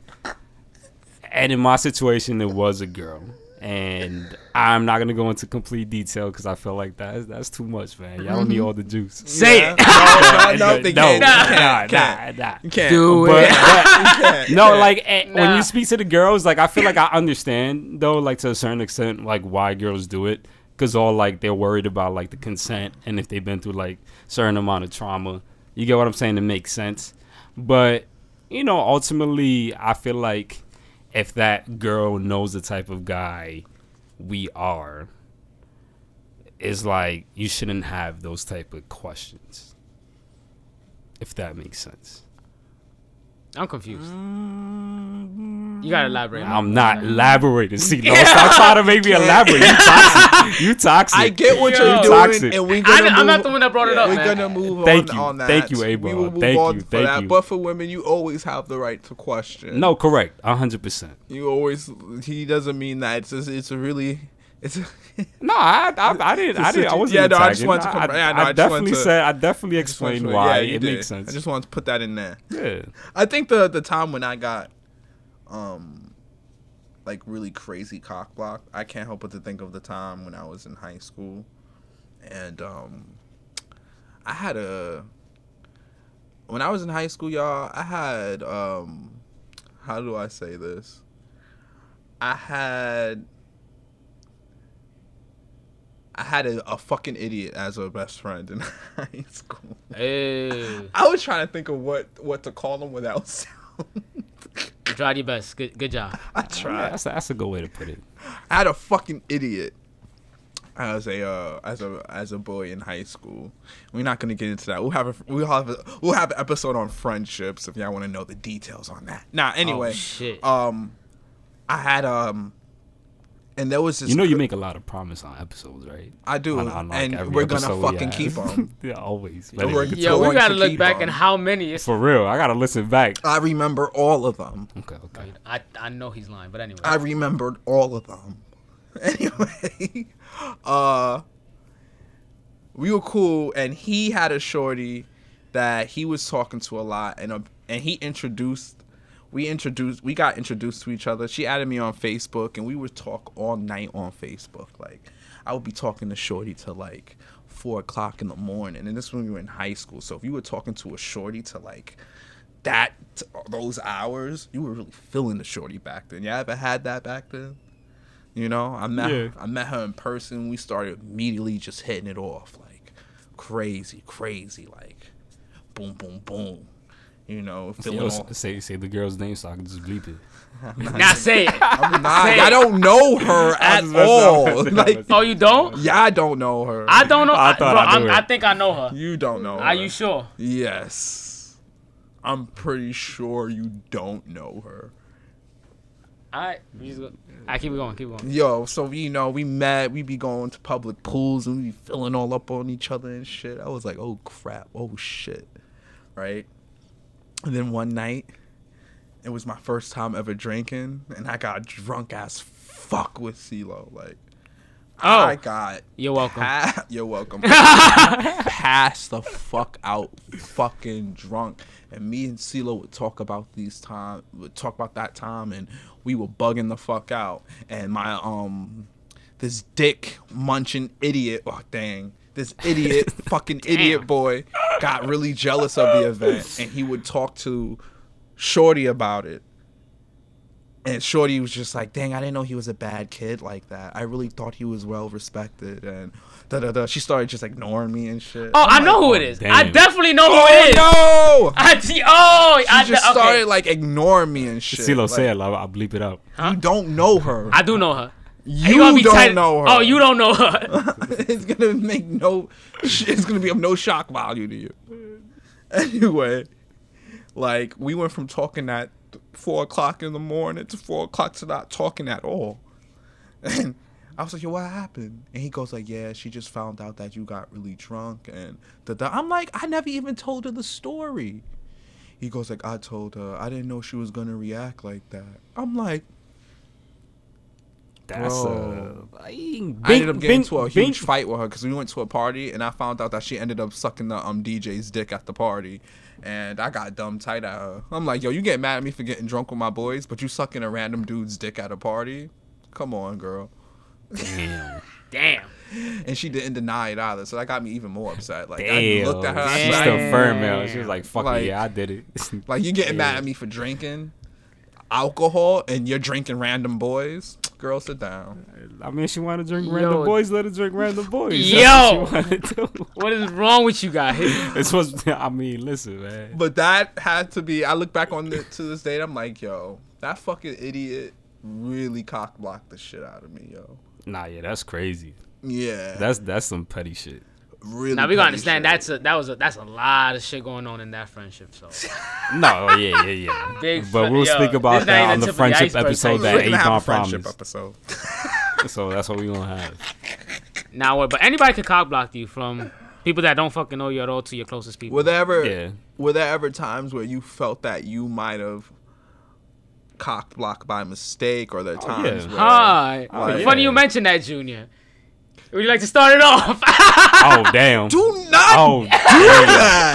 B: and in my situation, it was a girl, and I'm not gonna go into complete detail because I feel like that's that's too much, man. Y'all don't need all the juice.
A: Say it.
C: Yeah. No, no, no, they
B: no,
C: can't. You
B: nah,
C: can't, can't.
B: nah, nah.
C: You can't.
A: Do
B: But-
A: it.
B: but-
C: You can't, you
B: no,
C: can't.
B: like eh, when
A: Nah.
B: you speak to the girls, like I feel like I understand though, like to a certain extent, like why girls do it, because all like they're worried about like the consent and if they've been through like certain amount of trauma. You get what I'm saying? It makes sense, but you know, ultimately, I feel like if that girl knows the type of guy we are, it's like you shouldn't have those type of questions. If that makes sense.
A: I'm confused. You gotta elaborate.
B: I'm not elaborating. See, no, stop trying to make me elaborate. You toxic. You toxic.
C: I get what
A: Yo.
C: you're doing,
B: Toxic.
C: and we're
A: I,
C: gonna
A: am not
C: move-
A: the one that brought it up,
C: We're
A: man.
C: gonna move
B: Thank
C: on
B: you.
C: on that.
B: Thank you,
C: We
B: Abel.
C: will move
B: Thank
C: on
B: you.
C: for
B: Thank
C: that.
B: you.
C: But for women, you always have the right to question.
B: No, correct. 100%.
C: you always. He doesn't mean that. It's just, it's really. It's.
B: No, I, I, I didn't. I didn't. I wasn't.
C: Yeah, no, I
B: attacking.
C: just wanted to come-
B: I,
C: yeah, no,
B: I
C: I just
B: definitely
C: wanted to-
B: said. I definitely explained why
C: Yeah, you
B: it
C: did.
B: makes sense.
C: I just want to put that in there.
B: yeah.
C: I think the the time when I got, um, like really crazy cock blocked, I can't help but to think of the time when I was in high school, and um, I had a. When I was in high school, y'all, I had um, how do I say this? I had. I had a, a fucking idiot as a best friend in high school.
A: Hey,
C: I was trying to think of what what to call him without sound.
A: you tried your best. Good, good job.
C: I
B: Yeah,
C: tried.
B: that's, that's a good way to put it.
C: I had a fucking idiot as a uh, as a as a boy in high school. We're not gonna get into that. We'll have a we'll have a, we'll have an episode on friendships if y'all want to know the details on that. Nah, anyway,
A: Oh, shit.
C: um, I had um, and there was this.
B: You know, you
C: cr-
B: make a lot of promise on episodes, right?
C: I do,
B: On- on, like,
C: and
B: every
C: we're gonna
B: episode we
C: fucking
B: have.
C: keep 'em.
B: yeah, always.
C: And we're
B: man.
C: gonna
A: Yo, we
C: going
A: gotta
C: to
A: look
C: keep
A: back
C: on.
A: and how many. It's,
B: For real, I gotta listen back.
C: I remember all of them.
B: Okay, okay.
A: I, I know he's lying, but anyway.
C: I remembered all of them. Anyway, uh, we were cool, and he had a shorty that he was talking to a lot, and uh and he introduced, we introduced, we got introduced to each other. She added me on Facebook, and we would talk all night on Facebook. Like, I would be talking to shorty till like four o'clock in the morning, and this when we were in high school. So if you were talking to a shorty to like that those hours, you were really feeling the shorty back then. You ever had that back then? You know, I met
B: Yeah.
C: I met her in person. We started immediately just hitting it off like crazy, crazy, like boom, boom, boom. You know, feeling
B: Yo,
C: all.
B: say say the girl's name so I can just bleep it.
A: now say it.
C: I'm not-
A: Say
C: I
A: it.
C: don't know her at
B: just messing up.
C: all. Like,
A: Oh, you don't?
C: yeah, I don't know her.
A: I don't know.
B: I
A: I,
B: thought
A: bro,
B: I
A: I,
B: knew
A: am
B: it.
A: I think I know her.
C: you don't know.
A: Are
C: her.
A: you sure?
C: Yes, I'm pretty sure you don't know her.
A: All right. We just go. I keep it going. Keep it going.
C: Yo, so you know, we met, we be going to public pools and we be filling all up on each other and shit. I was like, oh crap, oh shit. Right? And then one night, it was my first time ever drinking, and I got drunk as fuck with CeeLo. Like, I
A: Oh,
C: got
A: you're welcome.
C: Pa- You're welcome. Pass the fuck out, fucking drunk. And me and CeeLo would talk about these time, would talk about that time, and we were bugging the fuck out. And my um, this dick munching idiot, oh dang, this idiot, fucking idiot boy, got really jealous of the event, and he would talk to Shorty about it. And Shorty was just like, dang, I didn't know he was a bad kid like that. I really thought he was well respected. And da da da. She started just ignoring me and shit.
A: Oh, I know who it is. I
B: damn.
A: definitely know who
C: Oh,
A: it is.
C: no!
A: I see. Oh, I
C: She just
A: okay.
C: started like ignoring me and shit.
B: CeeLo
C: Like,
B: say it. I'll, I'll bleep it out.
C: You don't know her.
A: I do know her. And
C: you
A: gonna be
C: don't
A: tight-
C: know her.
A: Oh, you don't know her.
C: it's gonna make no. It's gonna be of no shock value to you. Anyway, like we went from talking at four o'clock in the morning to four o'clock to not talking at all. And I was like, "Yo, what happened?" And he goes like, "Yeah, she just found out that you got really drunk." And da da. I'm like, I never even told her the story. He goes like, "I told her. I didn't know she was gonna react like that." I'm like,
B: That's
C: Bro.
B: uh, bing,
C: I ended up
B: bing,
C: getting into a
B: bing.
C: huge fight with her because we went to a party and I found out that she ended up sucking the um DJ's dick at the party, and I got dumb tight at her. I'm like, yo, you get mad at me for getting drunk with my boys, but you sucking a random dude's dick at a party? Come on, girl.
B: Damn.
A: Damn.
C: And she didn't deny it either, so that got me even more upset. Like I looked at her,
B: Damn.
C: I
B: She's
C: was
B: still
C: like,
A: Damn.
B: firm, man. She was like, fuck
C: Like-
B: it, yeah, I did it.
C: like you getting mad at me for drinking alcohol and you're drinking random boys. Girl, sit down.
B: I mean, she wanted to drink
A: Yo.
B: random boys, let her drink random boys.
A: Yo.
B: That's what she wanted to do.
A: What is wrong with you guys?
B: It's what, I mean, listen, man.
C: But that had to be. I look back on it to this date. I'm like, yo, that fucking idiot really cock blocked the shit out of me, yo.
B: Nah, yeah, that's crazy.
C: Yeah,
B: That's that's some petty shit.
C: really.
A: Now we gotta
C: petty
A: understand
C: shit.
A: that's a that was a that's a lot of shit going on in that friendship. So
B: No, oh, yeah, yeah, yeah.
A: Big
B: but
A: fr-
B: we'll
A: yo,
B: speak
A: this
B: about
A: not
B: that
A: even
B: on the
A: tip of the
B: friendship
A: iceberg
B: episode
A: type
C: We're
B: that
C: gonna have a
B: Akon
C: friendship
B: promised.
C: episode.
B: So that's what we gonna have.
A: now, what? But anybody could cock block you from people that don't fucking know you at all to your closest people.
C: Were there ever
B: Yeah.
C: were there ever times where you felt that you might have cock blocked by mistake, or there are
B: Oh, yeah.
C: times where
A: Hi.
C: Oh,
A: Funny
B: yeah.
A: you mention that, Junior. Would you like to start it off?
B: Oh damn.
C: do not
B: Oh
C: do
B: damn.
C: that.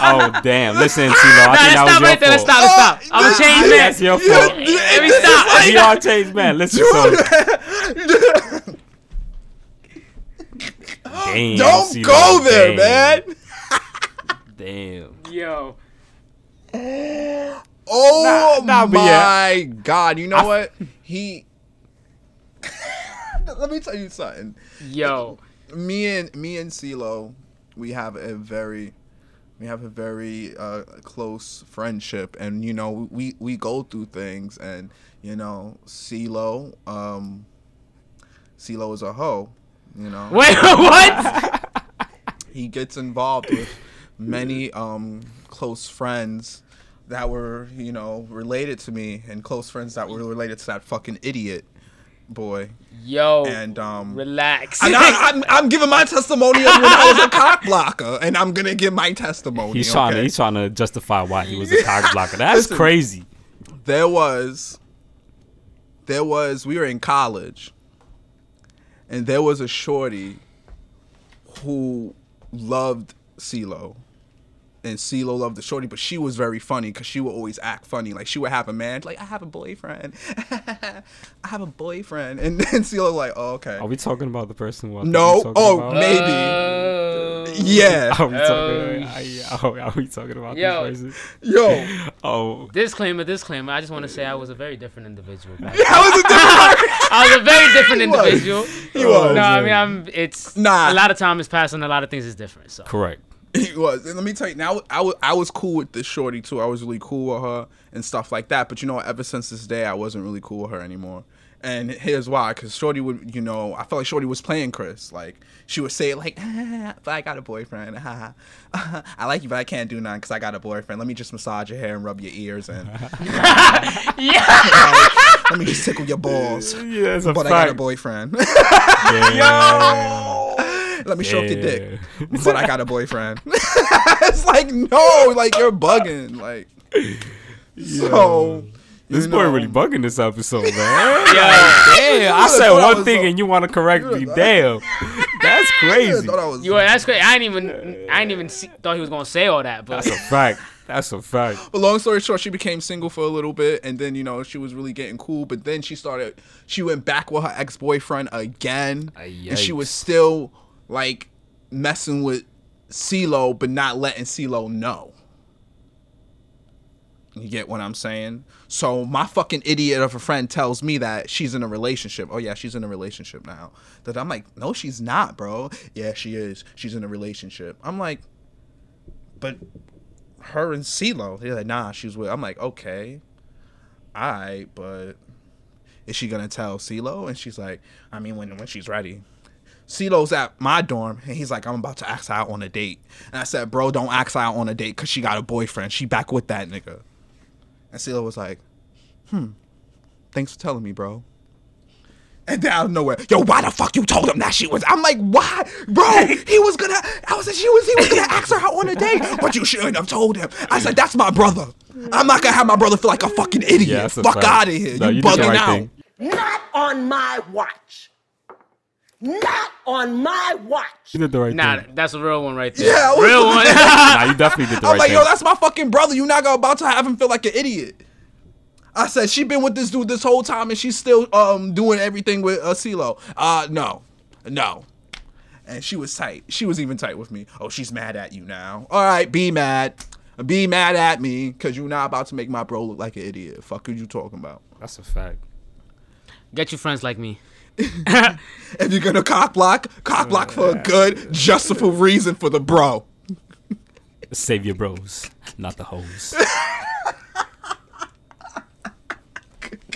B: Oh damn. Listen, CeeLo, I
A: Nah,
B: think
A: let's
B: that
A: stop right there. Let's
B: was your fault.
A: stop. Let's stop. I'm a
C: Oh,
A: changed
C: yeah,
A: man.
B: That's your
C: You
B: fault.
C: did-
A: Let me
C: this
A: stop.
C: is like-
B: We all changed man. Listen, so damn.
C: Don't
B: CeeLo,
C: go there,
B: damn.
C: man.
B: Damn.
A: Yo.
C: Oh
B: Nah, nah, but
C: my god! You know what? He. Let me tell you something.
A: Yo.
C: Me and me and CeeLo, we have a very, we have a very uh, close friendship, and you know we we go through things, and you know CeeLo, um, CeeLo is a hoe. You know
A: Wait, what?
C: he gets involved with many um, close friends that were, you know, related to me and close friends that were related to that fucking idiot boy.
A: Yo.
C: And um,
A: relax.
C: and I, I'm, I'm giving my testimony of when I was a cock blocker, and I'm gonna give my testimony.
B: He's trying to
C: okay?
B: he's trying to justify why he was a cock blocker. That's
C: Listen.
B: crazy.
C: there was there was we were in college and there was a shorty who loved CeeLo. And CeeLo loved the shorty, but she was very funny because she would always act funny. Like she would have a man, like I have a boyfriend, I have a boyfriend, and then CeeLo like, oh okay,
B: Are we talking about the person? who I think we're
C: no,
B: talking
C: oh
B: about?
C: maybe, yeah,
B: Are we talking?
A: Oh,
B: Are, are we talking about
A: Yo.
B: this person?
C: yo,
B: Oh,
A: disclaimer, disclaimer. I just want to say I was a very different individual. back then.
C: that was a different.
A: I was a very different
C: was.
A: individual.
C: He was.
A: No, I mean, I'm. It's
C: Nah.
A: a lot of time has passed, and a lot of things is different. So
B: correct.
C: He was. And let me tell you, now I wa- I was cool with this shorty too. I was really cool with her and stuff like that. But you know, what? ever since this day, I wasn't really cool with her anymore. And here's why, because Shorty would, you know, I felt like Shorty was playing Chris. Like she would say, like, "Ah, but I got a boyfriend. Ha ha. I like you, but I can't do none because I got a boyfriend. Let me just massage your hair and rub your ears and
A: yeah.
C: like, let me just tickle your balls.
B: Yeah, it's a
C: But I got a
B: fact.
C: boyfriend.
B: Yeah.
C: Let me show off your dick.
B: Yeah.
C: But I got a boyfriend. it's like no, like you're bugging. Like so
B: This
C: you
B: boy
C: know,
B: really bugging this episode, man.
A: Yo,
B: Damn, I said
C: thought I
B: one
C: was
B: thing
C: a-
B: and you want to correct me. Damn, that's
C: I
B: crazy.
C: thought I was
A: you are. That's great. I didn't even. I didn't even see, thought he was gonna say all that. But
B: That's a fact. That's a fact.
C: But long story short, she became single for a little bit, and then you know she was really getting cool. But then she started, she went back with her ex boyfriend again,
B: Ay,
C: and she was
B: yikes.
C: still like messing with CeeLo, but not letting CeeLo know. You get what I'm saying? So my fucking idiot of a friend tells me that she's in a relationship. Oh yeah, she's in a relationship now. That I'm like, no, she's not, bro. Yeah, she is. She's in a relationship. I'm like, but her and CeeLo, they're like, nah, she was with. I'm like, okay, all right, but is she gonna tell CeeLo? And she's like, I mean, when when she's ready. CeeLo's at my dorm and he's like, I'm about to ask her out on a date. And I said, Bro, don't ask her out on a date because she got a boyfriend. She back with that nigga. And CeeLo was like, Hmm, thanks for telling me, bro. And then out of nowhere, yo, why the fuck you told him that she was? I'm like, why, bro? He was gonna. I was like, she was. He was gonna ask her out on a date, but you shouldn't have told him. I said, that's my brother. I'm not gonna have my brother feel like a fucking idiot.
B: Yeah, that's a
C: fuck
B: fact.
C: out of here.
B: No,
C: you,
B: you did the
C: bugging
B: right
C: out.
B: thing.
H: Not on my watch. Not on my watch.
B: You did the right
A: Nah,
B: thing.
A: that's a real one right there.
C: Yeah, I was-
A: real one.
B: Nah, you definitely did the
C: I'm
B: right
C: like,
B: thing.
C: yo, that's my fucking brother. You not gonna about to have him feel like an idiot. I said she been with this dude this whole time and she's still um doing everything with uh, CeeLo. Uh no, no. And she was tight. She was even tight with me. Oh, she's mad at you now. All right, be mad. Be mad at me because you're not about to make my bro look like an idiot. Fuck are you talking about?
B: that's a fact.
A: Get your friends like me.
C: If you're gonna cock block, cock block for a good, justifiable reason for the bro.
B: Save your bros, not the hoes.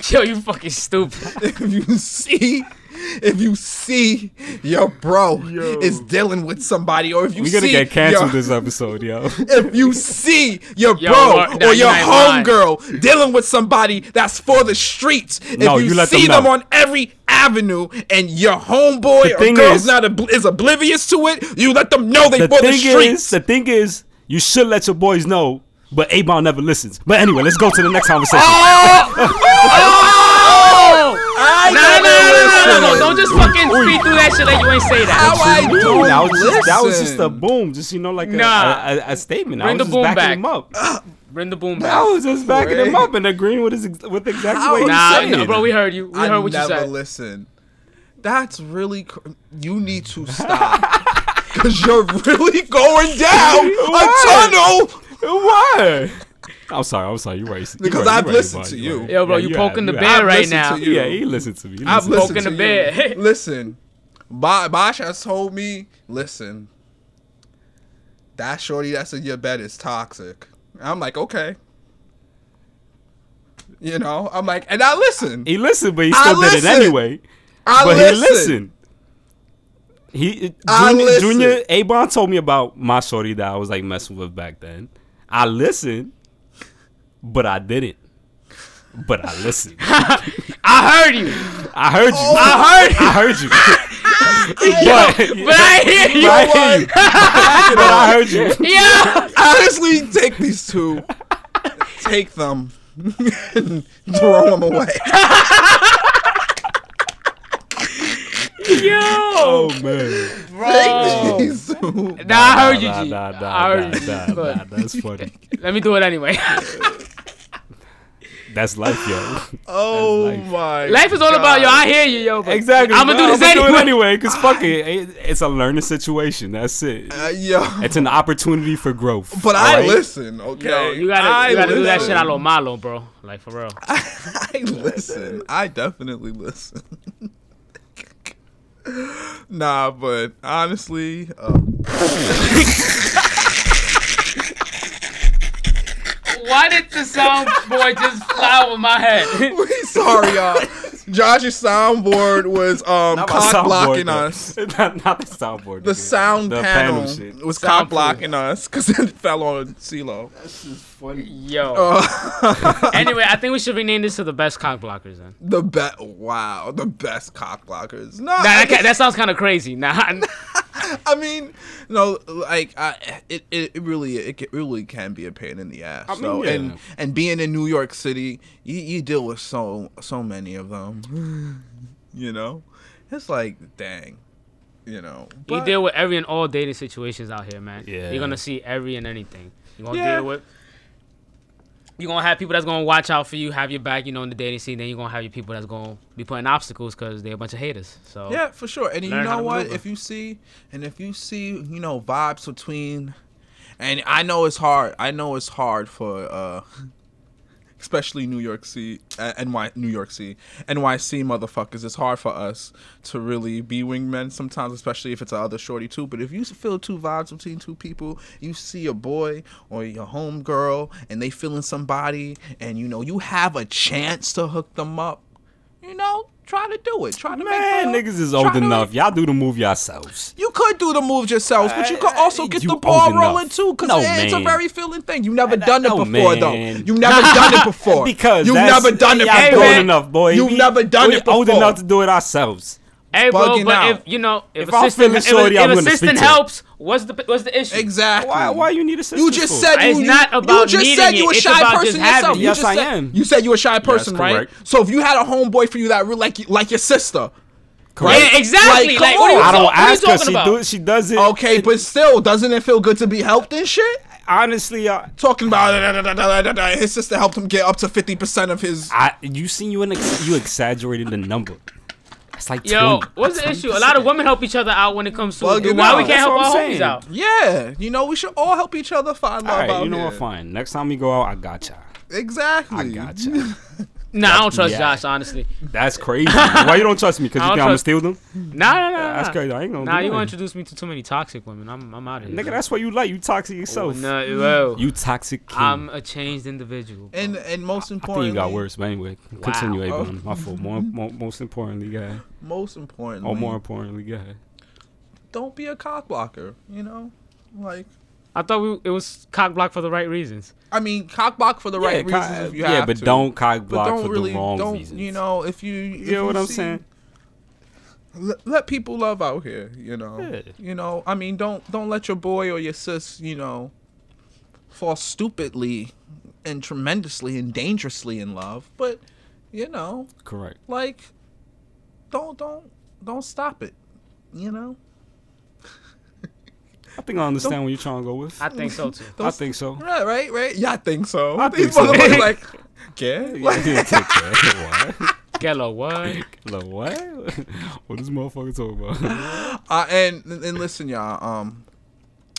A: Yo, you fucking stupid.
C: if you see if you see your bro is dealing with somebody or if you
B: We're
C: see
B: gonna get canceled
C: your,
B: this episode, yo.
C: if you see your
A: Yo,
C: bro
A: what? Nah,
C: or
A: you
C: your
A: ain't lying.
C: homegirl dealing with somebody that's for the streets if
B: No,
C: you,
B: you let them
C: see them,
B: know.
C: on every avenue and your homeboy
B: The
C: or
B: thing
C: girl's
B: is-
C: not obl- is oblivious to it you let them know they
B: the
C: for the
B: thing
C: streets
B: is, the thing is, you should let your boys know, but Avon never listens. But anyway, let's go to the next conversation.
A: Oh!
C: I
A: No, no, no, no, no, no, no,
C: listen.
A: Don't just fucking speed through that shit like you ain't say
C: how
A: that.
C: I do
B: that was just that was just a
C: listen.
B: boom, just you know, like a-
A: Nah.
B: a, a, a statement. I
A: Bring
B: was
A: the
B: just
A: boom
B: backing
A: back.
B: him up.
A: Bring the boom
B: I
A: back.
B: was just backing him
C: Wait.
B: up and agreeing with his ex- with exactly
C: How
B: what he
A: Nah,
B: said.
A: no, bro, we heard you. We
C: I
A: heard what you
C: never
A: said.
C: listen. That's really. Cr- you need to stop. Because you're really going down a
B: What?
C: tunnel.
B: Why? I'm sorry, I'm sorry. You're right. You're
C: Because
B: right,
C: I've
B: you're right,
C: listened
B: bud,
C: to
B: you're
C: you.
B: right.
A: Yo, bro,
B: Yeah,
A: you
B: yeah,
A: poking the
B: yeah.
A: bear
C: I've
A: right
C: listened
A: now.
C: to you.
B: Yeah, he listened to me. He
C: I've
B: listened to
A: Poking the
B: me.
C: listened to
A: bear.
C: you. Listen. Bo- Bosh has told me, listen, that shorty that's in your bed is toxic. I'm like, okay. You know, I'm like, and I listen.
B: He listened, but he
C: I
B: still did it
C: listened.
B: anyway.
C: I
B: but
C: listen.
B: he listened. He
C: I
B: Junior,
C: listened.
B: Junior Abon told me about my shorty that I was like messing with back then. I listened, but I didn't. But I listened.
A: I heard you,
B: I heard you.
C: Oh.
A: I heard
B: I heard you. but,
A: but I hear you.
B: I hear you. but I heard you.
A: Yo,
C: honestly take these two, take them, and throw them away.
A: yo,
B: Oh man.
A: Oh.
C: Take these two.
A: nah, I heard you,
B: Nah,
A: G.
B: nah, nah,
A: I heard
B: nah,
A: you.
B: nah,
A: Go
B: nah,
A: ahead.
B: That's funny.
A: Let me do it anyway.
B: That's life, yo.
C: Oh
B: That's life.
C: my!
A: Life is all about yo. I hear you, yo. but
B: Exactly.
A: I'ma do this
B: I'ma
A: anyway.
B: it anyway, cause fuck it. It- It's a learning situation. That's it.
C: Uh, yo,
B: It's an opportunity for growth.
C: but I
B: alright?
C: listen. Okay,
A: Yo, you gotta,
C: I
A: you gotta do that
C: listen.
A: shit a lo malo, bro. Like for real.
C: I listen. I definitely listen. nah, but honestly, uh,
A: Why did the sound boy just fly over my head?
C: we sorry y'all. Josh's soundboard was
B: Not
C: um
B: my
C: cock
B: soundboard,
C: blocking
B: though.
C: us.
B: not, not the soundboard.
C: The sound panel, was cock
A: Soundproof.
C: blocking us because it fell on CeeLo.
A: Yo.
B: Oh.
C: Uh,
A: anyway, I think we should rename this to the best cock blockers then.
C: the best. Wow, the best cock blockers. No,
A: Nah,
C: I,
A: that, ca- that sounds kind of crazy. Nah, I-
C: I mean, no, like I, it, it, it really, it, ca- really can be a pain in the ass.
B: mean,
C: though.
B: yeah.
C: and and being in New York City, you, you deal with so so many of them. you know, it's like dang, you know.
A: you
C: but-
A: deal with every and all dating situations out here, man.
B: Yeah.
A: You're gonna see every and anything. You're gonna
C: Yeah.
A: deal with. You're gonna have people that's gonna watch out for you, have your back, you know, in the dating scene. Then you're gonna have your people that's gonna be putting obstacles because they're a bunch of haters. So
C: Yeah, for sure. And you
A: Learn how
C: know
A: to
C: what?
A: maneuver.
C: If you see, and if you see, you know, vibes between, and I know it's hard. I know it's hard for uh especially New York C, uh, NY, New York C, NYC motherfuckers. It's hard for us to really be wingmen sometimes, especially if it's a other shorty too. But if you feel two vibes between two people, you see a boy or your homegirl, and they feeling somebody, and you know you have a chance to hook them up. You know, try to do it. Try to
B: Man,
C: make the-
B: niggas is
C: try
B: old
C: to-
B: enough. Y'all do the move yourselves.
C: you could do the moves yourselves, but you could
B: Uh,
C: also get
B: you
C: the ball
B: old enough.
C: rolling too, because
B: No,
C: it's a
B: man.
C: very feeling thing. You never done it
B: no,
C: before, though.
B: man.
C: You never done it before.
B: Because
C: you
B: that's-
C: never done it
B: y'all
C: before.
B: old enough, boy.
C: You've
B: We-
C: never done
B: we
C: it before.
B: Old enough to do it ourselves.
A: Hey, bro,
C: bugging
A: but
C: out.
A: if you know, if,
B: If I'm
A: assistant,
B: feeling
A: if,
B: shorty, I'm
A: if
B: gonna
A: assistant
B: speak to her.
A: helps, what's the what's the issue?
C: exactly.
B: Why? Why you need a sister?
C: You just
B: for?
C: said
A: It's
C: you, you-
A: not about
C: you just
A: needing
C: said you
A: it.
C: a
A: It's
C: shy
A: about just
C: person
A: having
C: yourself.
A: it.
C: You
B: Yes,
C: just
B: I
C: said,
B: am.
C: You said you a shy person, right?
B: correct.
C: So if you had a homeboy for you that really like you, like your sister,
B: Correct.
A: Yeah, exactly.
C: Like,
A: Like,
C: come
A: what are you,
C: on.
B: I
A: ta-
B: don't
A: what are you
B: ask her.
A: talking
B: She
A: about?
B: do. She does it.
C: okay,
B: It-
C: but still, doesn't it feel good to be helped and shit?
B: honestly, uh, I,
C: Talking about his sister helped him get up to fifty percent of his.
B: I you seen you an ex- you exaggerated the number. It's like
A: Yo,
B: 20.
A: what's the issue? A lot of women help each other out when it comes to
C: Bugging
A: it. Why
C: out.
A: we
C: That's
A: can't help
B: what
A: our
B: I'm
A: homies
B: saying.
A: out?
C: Yeah, you know we should all help each other find
B: All
C: love
B: right,
C: out
B: you know
C: here.
B: what? Fine. Next time we go out, I got y'all.
C: Exactly.
B: I got y'all.
A: Nah, I don't trust
B: Yeah.
A: Josh, honestly.
B: That's crazy. Why you don't trust me? Because
A: I don't
B: you think I'm gonna
A: trust-
B: steal them?
A: Nah, nah, nah. nah.
B: That's crazy. I ain't gonna.
A: Nah,
B: do
A: you gonna
B: nothing.
A: introduce me to too many toxic women. I'm I'm out of here.
B: Nigga, that's what you like. You
C: Oh,
B: toxic yourself.
A: no, well,
B: You toxic. King.
A: I'm a changed individual. bro.
C: And and most
B: I think
C: importantly,
B: you got worse, but anyway, continue,
C: Wow.
B: Abram. My fault. More, more, most importantly, guy,
C: Most importantly,
B: or more importantly, guy.
C: don't be a cock blocker. You know, like
A: I thought we it was cock block for the right reasons.
C: I mean, cock block for the right
B: co-
C: reasons. If you
B: yeah,
C: have
B: but
C: to.
B: don't cock block
C: don't
B: for
C: really,
B: the wrong
C: don't,
B: reasons.
C: You know, if you, if
B: you know what I'm
C: see-
B: saying?
C: le- let people love out here. You know,
B: Yeah.
C: you know. I mean, don't don't let your boy or your sis, you know, fall stupidly and tremendously and dangerously in love. But you know,
B: Correct.
C: like, don't don't don't stop it. You know,
B: I think I understand what you're trying to go with. I,
A: I think so too.
C: don't
B: think so.
C: Right, right, right. Yeah, I think so.
B: I think
C: These
B: so.
C: motherfuckers like, yeah,
B: Yeah,
C: like,
B: you didn't take that. What?
A: Gello, what?
B: Like, what? what this motherfucker talking about?
C: uh, and and listen, y'all. Um,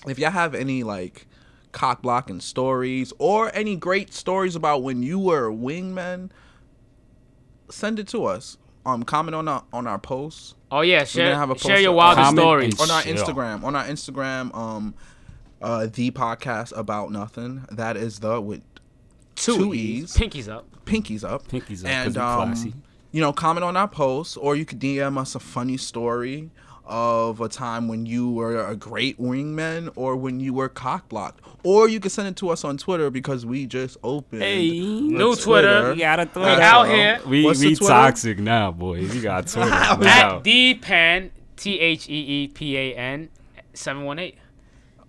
C: if y'all have any like cock blocking stories or any great stories about when you were a wingman, send it to us. Um, comment on our on our posts
A: Oh yeah,
C: gonna
A: share
C: have a
A: share your
C: poster.
A: wildest
B: Comment
A: stories.
B: and
C: on our
B: Yeah.
C: Instagram on our Instagram. Um, uh, the podcast about nothing. That is the with
A: Two,
C: two
A: E's.
C: E's.
A: Pinkies up.
C: pinkies up.
B: Pinkies up, 'cause
C: And
B: we classy.
C: um, you know, comment on our posts, or you could DM us a funny story of a time when you were a great wingman, or when you were cock blocked, or you could send it to us on Twitter because we just opened.
A: New Twitter.
C: Twitter.
B: got a
A: We out here
B: We
C: What's the
B: we
C: Twitter?
B: toxic now, boys. You got Twitter. no
A: at
B: doubt.
A: D Pan T H E E P A N seven one eight.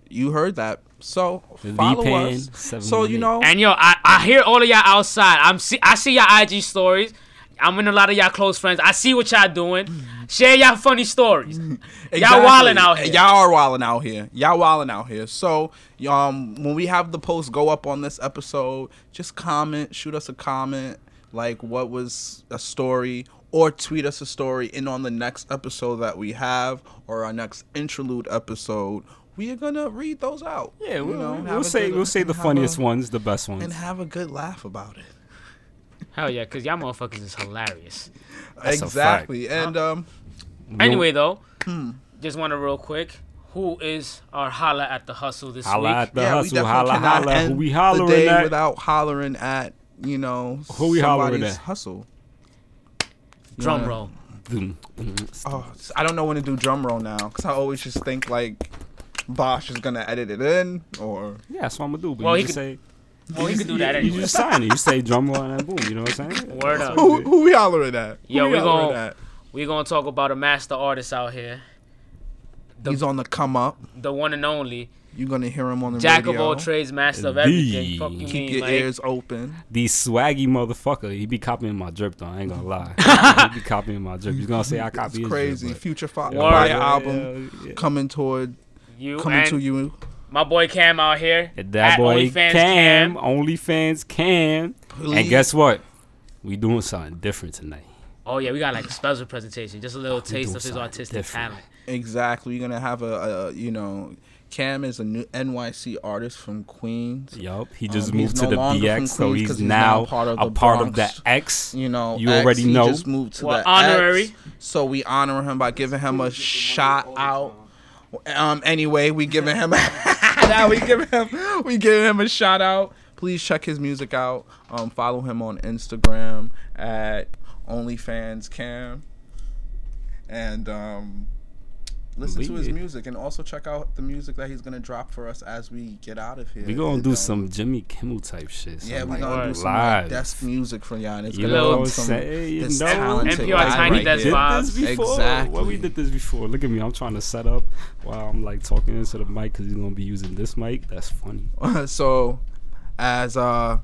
C: You heard that, so
B: The
C: follow
B: Pan
C: us.
B: 718.
C: So you know,
A: And yo, I, I hear all of y'all outside. I'm see I see y'all IG stories. I'm in a lot of y'all close friends. I see what y'all doing. Share y'all funny stories. Y'all wildin' out here.
C: Y'all are wilding out here. Y'all wilding out here. So, um, when we have the post go up on this episode, just comment, shoot us a comment, like what was a story, or tweet us a story. And on the next episode that we have, or our next interlude episode, we are gonna read those out.
B: Yeah, we'll,
C: know,
B: we'll,
C: and have a
B: say
C: good-
B: we'll say the
C: and have
B: funniest
C: a-
B: ones, the best
C: and
B: ones.
C: have a good laugh about it.
A: Hell yeah, cause y'all motherfuckers is hilarious.
B: a
C: exactly. And um,
A: Anyway though,
C: Hmm.
A: just want to real quick. Who is our holla at the hustle this
B: Holla
A: week?
B: at the
C: yeah, we
B: hustle,
C: definitely
B: holla,
C: cannot
B: holla. Who
C: end
B: we
C: the
B: hollering
C: day
B: at?
C: without hollering at you know
B: Who we hollering
C: somebody's
B: at?
C: hustle.
A: Drum roll.
B: Dum, dum.
C: Oh, s- I don't know when to do drum roll now because I always just think like Bosch is gonna edit it in or
B: Yeah, that's what I'm gonna do. But
A: Well,
B: you
A: he
B: just
A: could-
B: say
A: Well, you can do that
B: you
A: anyway.
B: just sign it. You say drum roll and then boom. You know what I'm saying?
A: Word up.
C: who, who we hollering at? Who
A: Yeah, we
C: hollering
A: gon' We're gonna talk about a master artist out here,
C: He's on the come up.
A: the one and only,
C: You're gonna hear him on the
A: jack
C: radio.
A: of all trades, master of
B: The-
A: everything. Fuck you
C: Keep
A: mean,
C: your
A: like,
C: ears open.
B: The swaggy motherfucker. He be copying my drip though. I ain't gonna lie. he be copying my drip. He's gonna say I
C: It's
B: copy his
C: crazy.
B: drip.
C: Future fi-
A: Word.
C: fire
A: Yeah,
C: album
B: yeah, yeah.
C: coming toward
A: you
C: coming
A: and
C: to you.
A: my boy Cam out here.
B: But that
A: at
B: boy
A: OnlyFans
B: Cam, OnlyFans Cam.
C: Please.
B: And guess what? We doing something different tonight.
A: Oh yeah, we got like a special presentation, just a little taste
B: doing
A: of his
B: something
A: artistic
B: different.
A: talent.
C: Exactly. You're gonna have a, a you know Cam is a new NYC artist from Queens.
B: Yup, he just
C: Um, he's
B: moved
C: no
B: to the
C: longer from
B: BX, so
C: Queens
B: he's,
C: 'cause he's
B: now,
C: now part of
B: a
C: the
B: part of the
C: Bronx.
B: X.
C: You know,
B: you
C: X,
B: already
C: he
B: know.
C: just moved to
A: Well,
C: the
A: honorary.
C: X, so we honor him by giving him a shout out. Um. Anyway, we giving him now we giving him we giving him a shout out. Please check his music out. Um. Follow him on Instagram at OnlyFansCam, and um. Listen to his
B: Lead.
C: music and also check out the music that he's gonna drop for us as we get out of here.
B: We gonna
C: And,
B: do
C: um,
B: some Jimmy Kimmel type shit.
C: yeah,
B: some,
C: we
B: like,
C: gonna do some like,
B: live.
C: desk music for y'all. And it's
B: You
C: gonna
A: know
C: be
A: what I'm
C: some-
B: saying? You
C: this
B: know?
C: talented
A: NPR
C: guy
A: Tiny
B: we
C: right
A: Desk
B: did
C: here.
A: vibes.
B: this before.
C: Exactly.
B: Well, we did this before. Look at me. I'm trying to set up while I'm like talking into the mic because he's gonna be using this mic. That's funny.
C: so, as uh,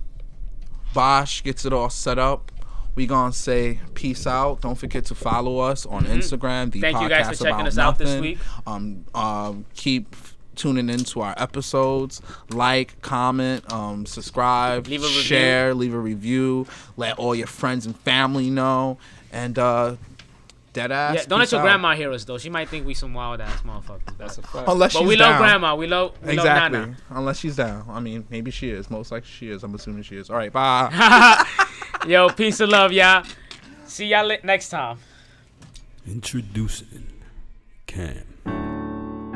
C: Bosch gets it all set up, we gonna say peace out. Don't forget to follow us on Instagram.
A: Mm-hmm.
C: The
A: Thank
C: podcast
A: you guys for checking
C: about
A: us out this
C: Nothing.
A: week.
C: Um, um, keep tuning into our episodes. Like, comment, um, subscribe,
A: Leave a review.
C: share, leave a review. Let all your friends and family know. And uh, dead ass.
A: Yeah, don't let
C: peace
A: your
C: out.
A: grandma hear us though. She might think we some wild ass motherfuckers.
B: That's a fact.
C: Unless
A: But
C: she's
A: we love
C: down.
A: grandma. We love we
C: Exactly.
A: love Nana.
C: Unless she's down. I mean, maybe she is. Most likely she is. I'm assuming she is. All right. Bye.
A: Yo, peace and love, y'all. See y'all li- next time.
B: Introducing Cam.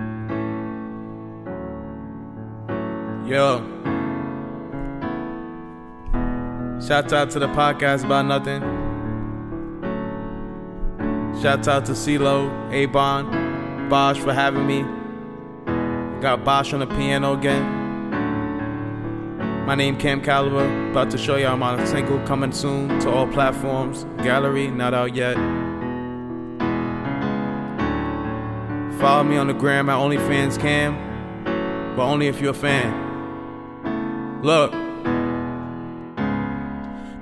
I: Yo. Shout out to the podcast about nothing. Shout out to CeeLo, Avon, Bosch for having me. Got Bosch on the piano again. My name Cam Caliber. About to show y'all my single coming soon to all platforms. Gallery not out yet. Follow me on the gram at OnlyFans Cam but only if you're a fan. Look,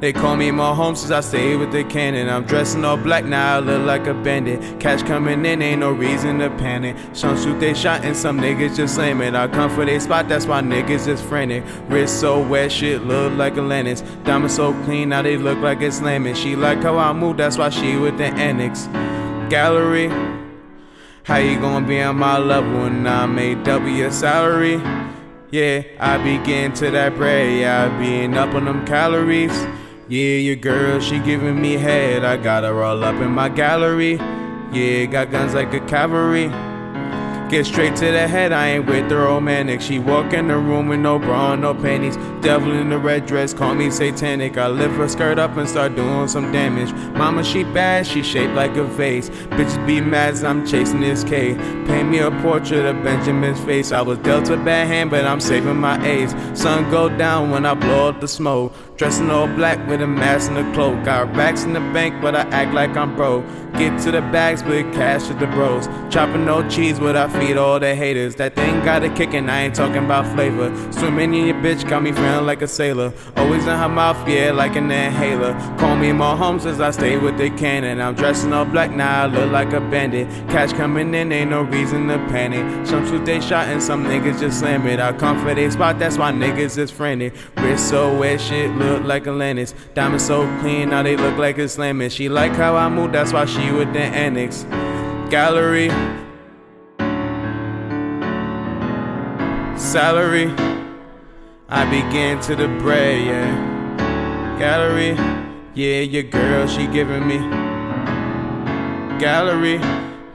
I: they call me Mahomes since I stay with the cannon. I'm dressing all black now, I look like a bandit. Cash coming in, ain't no reason to panic. Some shoot they shot and some niggas just slam it. I come for they spot, that's why niggas is frantic. Wrist so wet, shit look like Atlantis. Diamonds so clean, now they look like it's slamming. She like how I move, that's why she with the annex. Gallery, how you gonna be on my level when I make double your salary? Yeah, I be getting to that bread, yeah, I being up on them calories. Yeah, your girl, she giving me head, I got her all up in my gallery. Yeah, got guns like a cavalry. Get straight to the head, I ain't with the romantic. She walk in the room with no bra, and no panties. Devil in the red dress, call me satanic. I lift her skirt up and start doing some damage. Mama, she bad, she shaped like a vase. Bitches be mad as I'm chasing this K. Paint me a portrait of Benjamin's face. I was dealt a bad hand, but I'm saving my ace. Sun go down when I blow up the smoke. Dressing all black with a mask and a cloak. Got racks in the bank, but I act like I'm broke. Get to the bags with cash at the bros. Chopping no cheese, but I feed all the haters. That thing got a kick, and I ain't talking about flavor. Swimming in your bitch got me feeling like a sailor. Always in her mouth, yeah, like an inhaler. Call me Mahomes as I stay with the cannon. I'm dressing all black now, I look like a bandit. Cash coming in, ain't no reason to panic. Some shoot they shot, and some niggas just slam it. I come for they spot, that's why niggas is frantic. Wrist so wet, shit look like Atlantis. Diamonds so clean, now they look like it's slamming. She like how I move, that's why she with the annex. Gallery. Salary. I begin to the bread, yeah. Gallery. Yeah, your girl, she giving me. Gallery.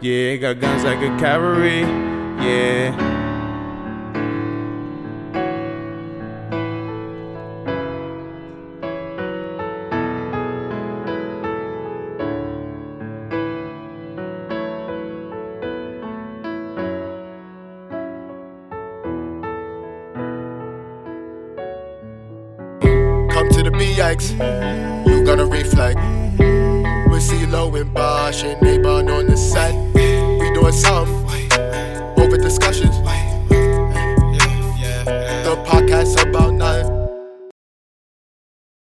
I: Yeah, got guns like a cavalry. Yeah.
E: Come to the BX, you gotta reflect. With CeeLo and Bosh and Neighbor on the set. We doing something over discussions. The podcast about nothing.